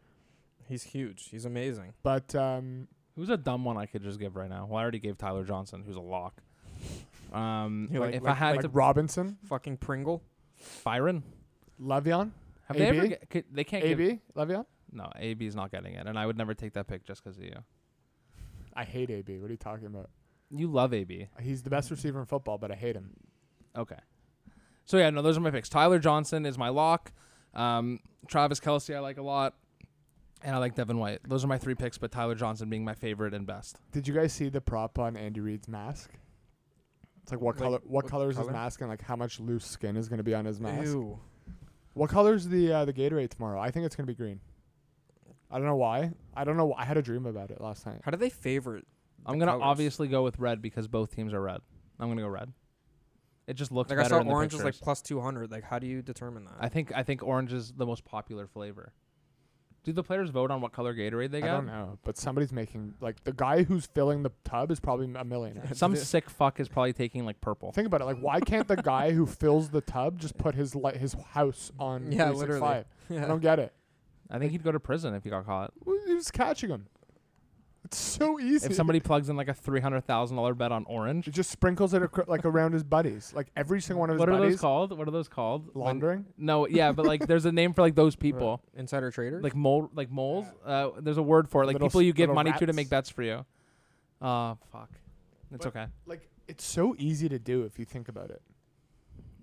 B: He's huge. He's amazing.
C: But um,
D: who's a dumb one I could just give right now? Well, I already gave Tyler Johnson, who's a lock. Um,
B: You like-
D: if I
B: like-
D: had
C: like
D: to,
C: Robinson,
B: Fucking Pringle.
D: Byron,
C: Le'Veon,
D: have they ever?
C: AB?
D: Get, could, they can't. Give,
C: AB, Le'Veon.
D: no, AB's not getting it, and I would never take that pick just because of you.
C: I hate AB. What are you talking about?
D: You love AB.
C: He's the best receiver in football, but I hate him.
D: Okay. So yeah, no, those are my picks. Tyler Johnson is my lock. Um, Travis Kelsey I like a lot, and I like Devin White. Those are my three picks, but Tyler Johnson being my favorite and best.
C: Did you guys see the prop on Andy Reid's mask? It's like what
B: Like,
C: color? What,
B: what
C: color is
B: color?
C: his mask, and like how much loose skin is going to be on his mask?
B: Ew.
C: What color's the uh, the Gatorade tomorrow? I think it's gonna be green. I don't know why. I don't know. wh- I had a dream about it last night.
B: How do they favorite?
D: I'm gonna
B: colors.
D: obviously go with red because both teams are red. I'm gonna go red. It just looks
B: Like I
D: better
B: saw
D: in the
B: orange was like
D: pictures.
B: plus 200. Like how do you determine that?
D: I think I think orange is the most popular flavor. Do the players vote on what color Gatorade they
C: I
D: got?
C: don't know, but somebody's making like the guy who's filling the tub is probably a millionaire.
D: Some
B: Did it-
D: sick fuck is probably taking like purple.
C: Think about it. Like, why can't the guy who fills the tub just put his li- his house on?
B: Yeah,
C: 365? I
B: yeah.
C: don't get it.
D: I think he'd go to prison if he got caught.
C: Who's catching him? It's so easy.
D: If somebody plugs in like a three hundred thousand dollar bet on orange,
C: he just sprinkles it acro- like around his buddies, like every single one of his
D: what are
C: buddies,
D: those called? What are those called? When-
C: laundering.
D: No, yeah, but like there's a name for like those people,
B: Insider traders.
D: like mole, like moles. Uh, there's a word for it, like
C: Little
D: people
C: s-
D: you give
C: little
D: money to to
C: rats.
D: make bets for you. Uh fuck, it's
C: But-
D: okay.
C: Like, it's so easy to do if you think about it.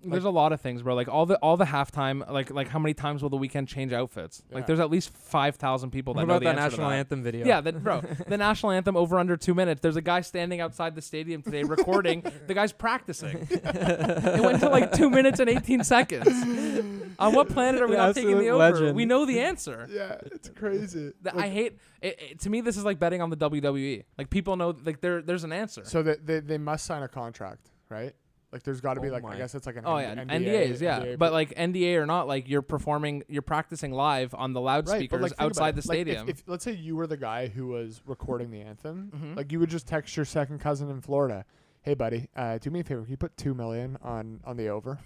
D: there's a lot of things, bro. Like all the all the halftime, like like how many times will the weekend change outfits?
C: Yeah.
D: Like there's at least five thousand people
B: what
D: that know
B: about
D: the
B: that
D: answer to
B: national
D: that.
B: anthem video?
D: Yeah, that, bro. the national anthem over under two minutes. There's a guy standing outside the stadium today recording. the guy's practicing. it went to like two minutes and 18 seconds. On what planet are we
B: An
D: not taking the
B: absolute
D: over?
B: legend.
D: We know the answer.
C: Yeah, it's crazy.
D: That I hate. It, it- to me, this is like betting on the WWE. Like people know, like there, there's an answer.
C: So that they, they must sign a contract, right? Like there's got to be
B: Oh
C: like
B: my.
C: I guess it's like an
D: oh yeah,
C: N-
D: NDAs, yeah.
C: NDA,
D: but like NDA or not, like you're performing, you're practicing live on the
C: right,
D: loudspeakers
C: but, like, think about
D: outside
C: it.
D: the
C: Like, if-
D: stadium.
C: if, let's say you were the guy who was recording the anthem,
D: Mhm.
C: like you would just text your second cousin in Florida, "Hey buddy, uh, do me a favor, can you put two million on on the over?"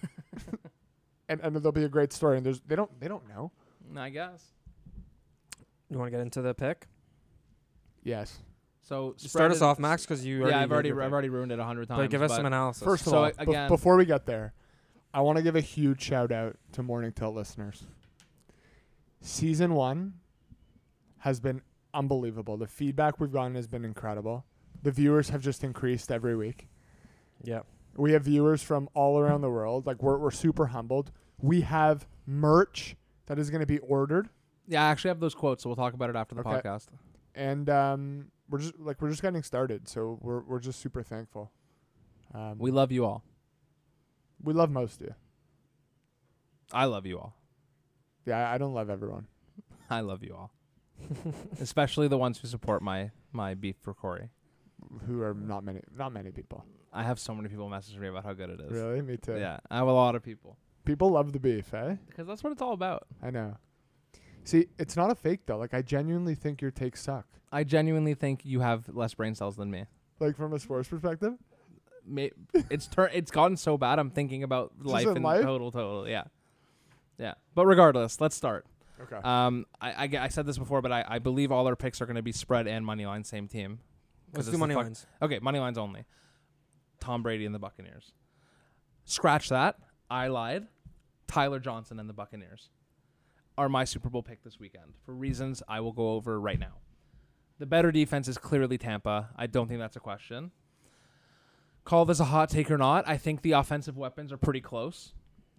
C: and and there'll be a great story. And there's they don't they don't know.
D: I guess.
B: You want to get into the pick?
C: Yes.
D: So
B: Start us
D: spreaded-
B: off, Max, because you.
D: Yeah, I've
B: gave
D: already
B: your
D: I've
B: pick.
D: already ruined it a hundred times.
B: But give us some analysis.
C: First of
D: So,
C: all,
D: a-
C: bef-
D: again-
C: before we get there, I want to give a huge shout out to Morning Till listeners. Season one has been unbelievable. The feedback we've gotten has been incredible. The viewers have just increased every week.
B: yeah,
C: We have viewers from all around the world. Like we're we're super humbled. We have merch that is going to be ordered,
D: Yeah, I actually have those quotes, so we'll talk about it after the
C: Okay.
D: podcast.
C: and um, we're just like we're just getting started. So we're we're just super thankful. Um,
D: We love you all.
C: we love most of you.
D: I love you all.
C: Yeah, I, I don't love everyone.
D: I love you all. Especially the ones who support my my beef for Corey.
C: Who are not many not many people.
D: I have so many people messaging me about how good it is.
C: Really? Me too.
D: Yeah, I have a lot of people
C: People love the beef, eh?
D: because that's what it's all about.
C: I know. See, it's not a fake though. Like I genuinely think your takes suck.
D: I genuinely think you have less brain cells than me.
C: Like from a sports perspective.
D: Ma- it's tur- it's gotten so bad. I'm thinking about life
C: in
D: in
C: life?
D: total, total. Yeah, yeah. But regardless, let's start.
C: Okay.
D: Um, I I, g- I said this before, but I, I believe all our picks are going to be spread and money line, same team.
B: let's
D: 'Cause
B: do
D: it's the
B: money
D: fuck-
B: lines.
D: Okay, money lines only. Tom Brady and the Buccaneers. Scratch that. I lied. Tyler Johnson and the Buccaneers are my Super Bowl pick this weekend for reasons I will go over right now. The better defense is clearly Tampa. I don't think that's a question. Call this a hot take or not, I think the offensive weapons are pretty close.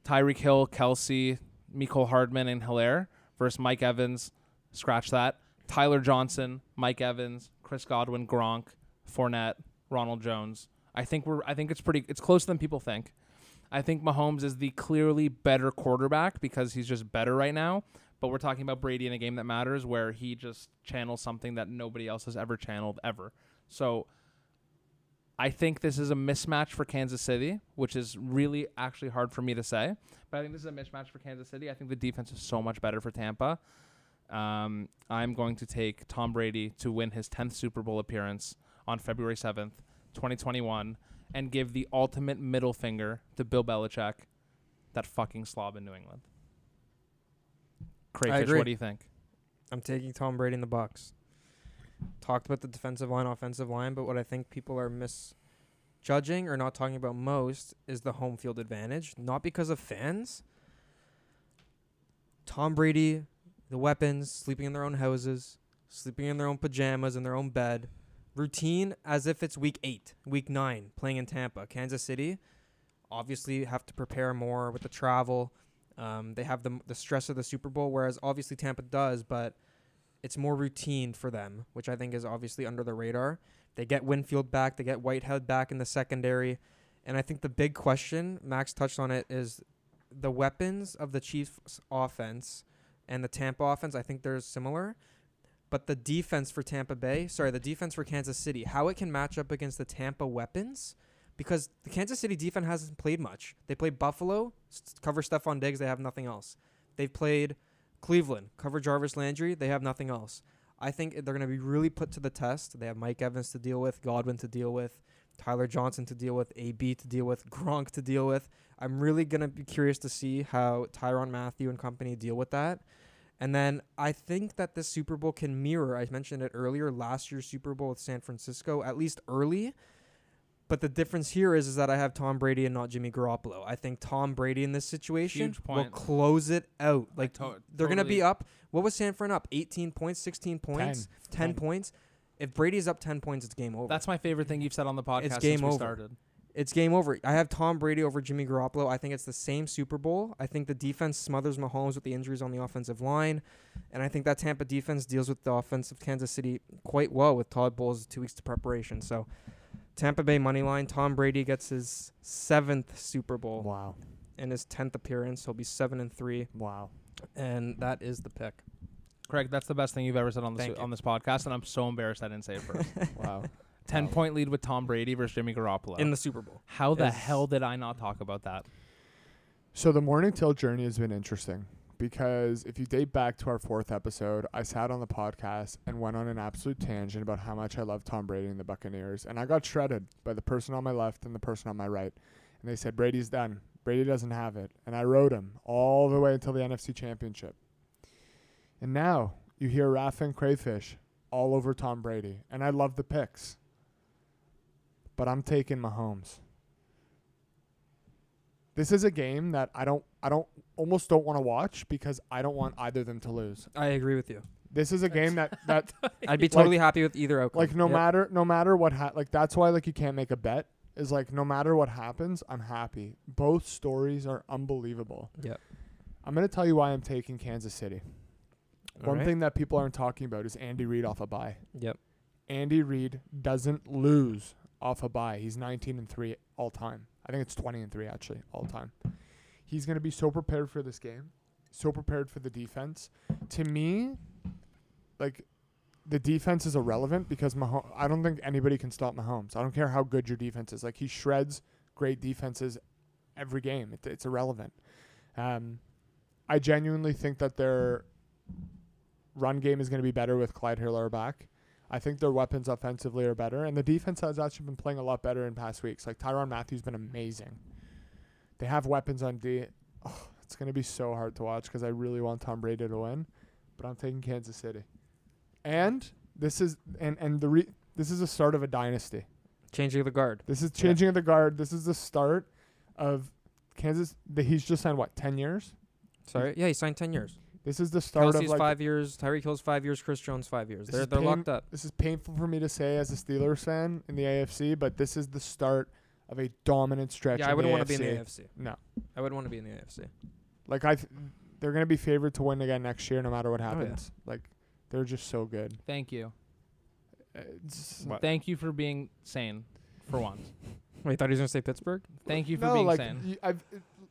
D: Tyreek Hill, Kelsey, Miko Hardman, and Hilaire versus Mike Evans. Scratch that. Tyler Johnson, Mike Evans, Chris Godwin, Gronk, Fournette, Ronald Jones. I think we're I think it's pretty it's closer than people think. I think Mahomes is the clearly better quarterback because he's just better right now. But we're talking about Brady in a game that matters where he just channels something that nobody else has ever channeled ever. So I think this is a mismatch for Kansas City, which is really actually hard for me to say. But I think this is a mismatch for Kansas City. I think the defense is so much better for Tampa. Um, I'm going to take Tom Brady to win his 10th Super Bowl appearance on February 7th, 2021, and give the ultimate middle finger to Bill Belichick, that fucking slob in New England. Crayfish,
B: agree.
D: what do you think?
B: I'm taking Tom Brady in the Bucks. Talked about the defensive line, offensive line, but what I think people are misjudging or not talking about most is the home field advantage, not because of fans. Tom Brady, the weapons, sleeping in their own houses, sleeping in their own pajamas in their own bed, routine as if it's week 8, week 9 playing in Tampa, Kansas City. Obviously have to prepare more with the travel. Um, they have the, the stress of the Super Bowl, whereas obviously Tampa does, but it's more routine for them, which I think is obviously under the radar. They get Winfield back, they get Whitehead back in the secondary. And I think the big question, Max touched on it, is the weapons of the Chiefs offense and the Tampa offense. I think they're similar. But the defense for Tampa Bay, sorry, the defense for Kansas City, how it can match up against the Tampa weapons because the Kansas City defense hasn't played much. They played Buffalo, s- cover Stephon Diggs, they have nothing else. They've played Cleveland, cover Jarvis Landry, they have nothing else. I think they're going to be really put to the test. They have Mike Evans to deal with, Godwin to deal with, Tyler Johnson to deal with, AB to deal with, Gronk to deal with. I'm really going to be curious to see how Tyron Matthew and company deal with that. And then I think that this Super Bowl can mirror, I mentioned it earlier, last year's Super Bowl with San Francisco, at least early. But the difference here is, is that I have Tom Brady and not Jimmy Garoppolo. I think Tom Brady in this situation
D: Huge
B: will
D: point.
B: close it out. Like
D: to-
B: they're going to
D: totally-
B: be up. What was San Fran up? 18 points, 16 points, 10,
C: Ten.
B: points. If Brady's up 10 points, it's game over.
D: That's my favorite thing you've said on the podcast
B: game
D: since we
B: over.
D: started.
B: it's game over. I have Tom Brady over Jimmy Garoppolo. I think it's the same Super Bowl. I think the defense smothers Mahomes with the injuries on the offensive line, and I think that Tampa defense deals with the offense of Kansas City quite well with Todd Bowles' two weeks to preparation. So, Tampa Bay money line. Tom Brady gets his seventh Super Bowl
C: Wow.
B: and his tenth appearance. He'll be seven and three,
C: Wow.
B: and that is the pick.
D: Craig, that's the best thing you've ever said on this
B: Thank you.
D: on this podcast, and I'm so embarrassed I didn't say it first.
C: Wow.
D: Ten point lead with Tom Brady versus Jimmy Garoppolo.
B: In the Super Bowl,
D: How the
B: Is-
D: hell did I not talk about that?
C: So the morning till journey has been interesting because if you date back to our fourth episode, I sat on the podcast and went on an absolute tangent about how much I love Tom Brady and the Buccaneers, and I got shredded by the person on my left and the person on my right. and they said Brady's done. Brady doesn't have it, and I rode him all the way until the NFC Championship. And now you hear Rafa and Crayfish all over Tom Brady, and I love the picks. But I'm taking Mahomes. This is a game that I don't, I don't, almost don't want to watch because I don't want either of them to lose.
B: I agree with you.
C: This is a game that that
B: I'd be
C: Like-
B: totally happy with either outcome.
C: like no
B: Yep.
C: matter no matter what ha- like that's why like you can't make a bet is like no matter what happens i'm happy both stories are unbelievable
B: Yep.
C: i'm going to tell you why i'm taking kansas city
B: All
C: one
B: right.
C: thing that people aren't talking about is andy reid off a bye
B: Yep.
C: andy reid doesn't lose off a bye he's 19 and 3 all time i think it's 20 and 3 actually all time he's going to be so prepared for this game so prepared for the defense to me like the defense is irrelevant because Mahomes, I don't think anybody can stop Mahomes. I don't care how good your defense is. Like he shreds great defenses every game. It, it's irrelevant. Um, I genuinely think that their run game is going to be better with Clyde Hiller back. I think their weapons offensively are better, and the defense has actually been playing a lot better in past weeks. Like Tyron Matthew's been amazing. They have weapons on D. Oh, it's going to be so hard to watch because I really want Tom Brady to win, but I'm taking Kansas City. And this is and and the re- this is the start of a dynasty.
B: Changing of the guard.
C: This is changing of the guard. This is the start of Kansas. The, he's just signed what ten years.
B: Sorry. Yeah, he signed ten years.
C: This is the start
B: Kelsey's
C: of like
B: five years. Tyreek Hill's five years. Chris Jones five years.
C: This
B: They're
C: is
B: they're
C: pain-
B: locked up.
C: this is painful for me to say as a Steelers fan in the AFC, but this is the start of a dominant stretch.
B: Yeah, I wouldn't
C: want to
B: be in the AFC.
C: No,
B: I wouldn't want to be in the AFC.
C: like I, th- they're gonna be favored to win again next year, no matter
D: Oh,
C: what happens. Like they're just so good.
D: Thank you.
C: It's,
D: Uh, Thank you for being sane for once.
B: Wait, I thought he was gonna say Pittsburgh.
D: Thank you for
C: no,
D: being
C: like
D: sane.
C: y- I've,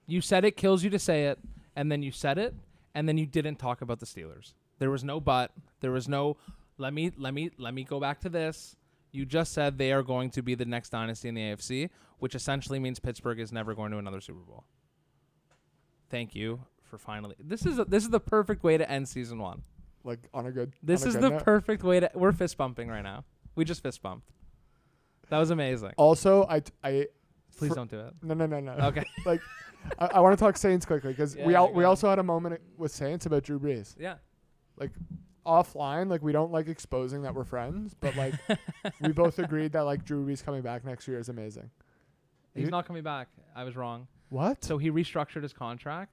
D: You said it kills you to say it, and then you said it, and then you didn't talk about the Steelers. There was no but. There was no let me let me let me go back to this. You just said they are going to be the next dynasty in the AFC, which essentially means Pittsburgh is never going to another Super Bowl. Thank you for finally. This is this is the perfect way to end season one.
C: like on a good.
D: This
C: on a
D: is
C: good
D: the
C: note.
D: perfect way to. We're fist bumping right now. We just fist bumped. That was amazing.
C: Oh, also I t- I
D: Please
C: for-
D: don't do it.
C: no no no no.
D: Okay.
C: like I, I want to talk Saints quickly because we
D: Yeah,
C: all,
D: go
C: we
D: on.
C: also had a moment with Saints about Drew Brees.
D: Yeah.
C: Like offline, like we don't like exposing that we're friends, but like we both agreed that like Drew Brees coming back next year is amazing.
D: He's
C: You-
D: not coming back. I was wrong.
C: What?
D: So he restructured his contract.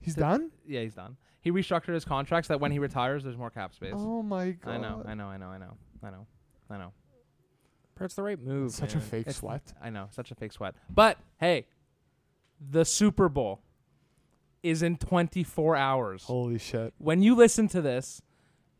C: He's
D: so-
C: done?
D: Yeah, he's done. He restructured his contract so that when he retires, there's more cap space.
C: Oh my god!
D: I know, I know, I know, I know, I know, I know,
B: That's the right move.
C: Such a
B: man.
C: fake
D: It's-
C: sweat.
D: I know. Such a fake sweat. But hey, the Super Bowl is in 24 hours.
C: Holy shit!
D: When you listen to this,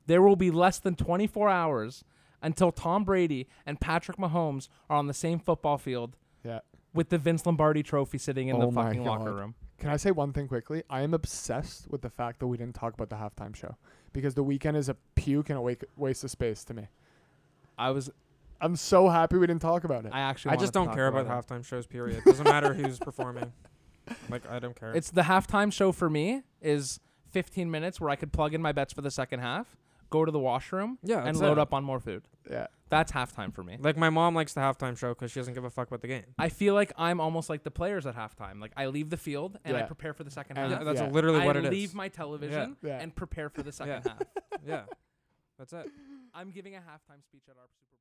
D: there will be less than 24 hours until Tom Brady and Patrick Mahomes are on the same football field
C: Yeah.
D: with the Vince Lombardi trophy sitting in
C: Oh
D: the
C: my
D: fucking locker
C: God.
D: room.
C: Can I say one thing quickly? I am obsessed with the fact that we didn't talk about the halftime show because the weekend is a puke and a wake, waste of space to me.
D: I was
C: I'm so happy we didn't talk about it.
D: I actually
B: I
D: wanted
B: just
D: to
B: don't
D: talk
B: care about,
D: about it.
B: halftime shows. Period. Doesn't matter who's performing. Like I don't care.
D: It's the halftime show for me is 15 minutes where I could plug in my bets for the second half, go to the washroom,
B: yeah,
D: and
B: that's
D: load
B: it.
D: up on more food.
C: yeah.
D: That's halftime for me.
B: Like my mom likes the halftime show because she doesn't give a fuck about the game.
D: I feel like I'm almost like the players at halftime. Like I leave the field and I
C: Yeah.
D: prepare for the second
C: And-
D: half.
B: Yeah, that's
C: yeah.
B: literally
D: I
B: what it is.
D: leave my television
C: Yeah.
D: and prepare for the second half.
B: yeah, that's it.
D: I'm giving a halftime speech at our Super Bowl.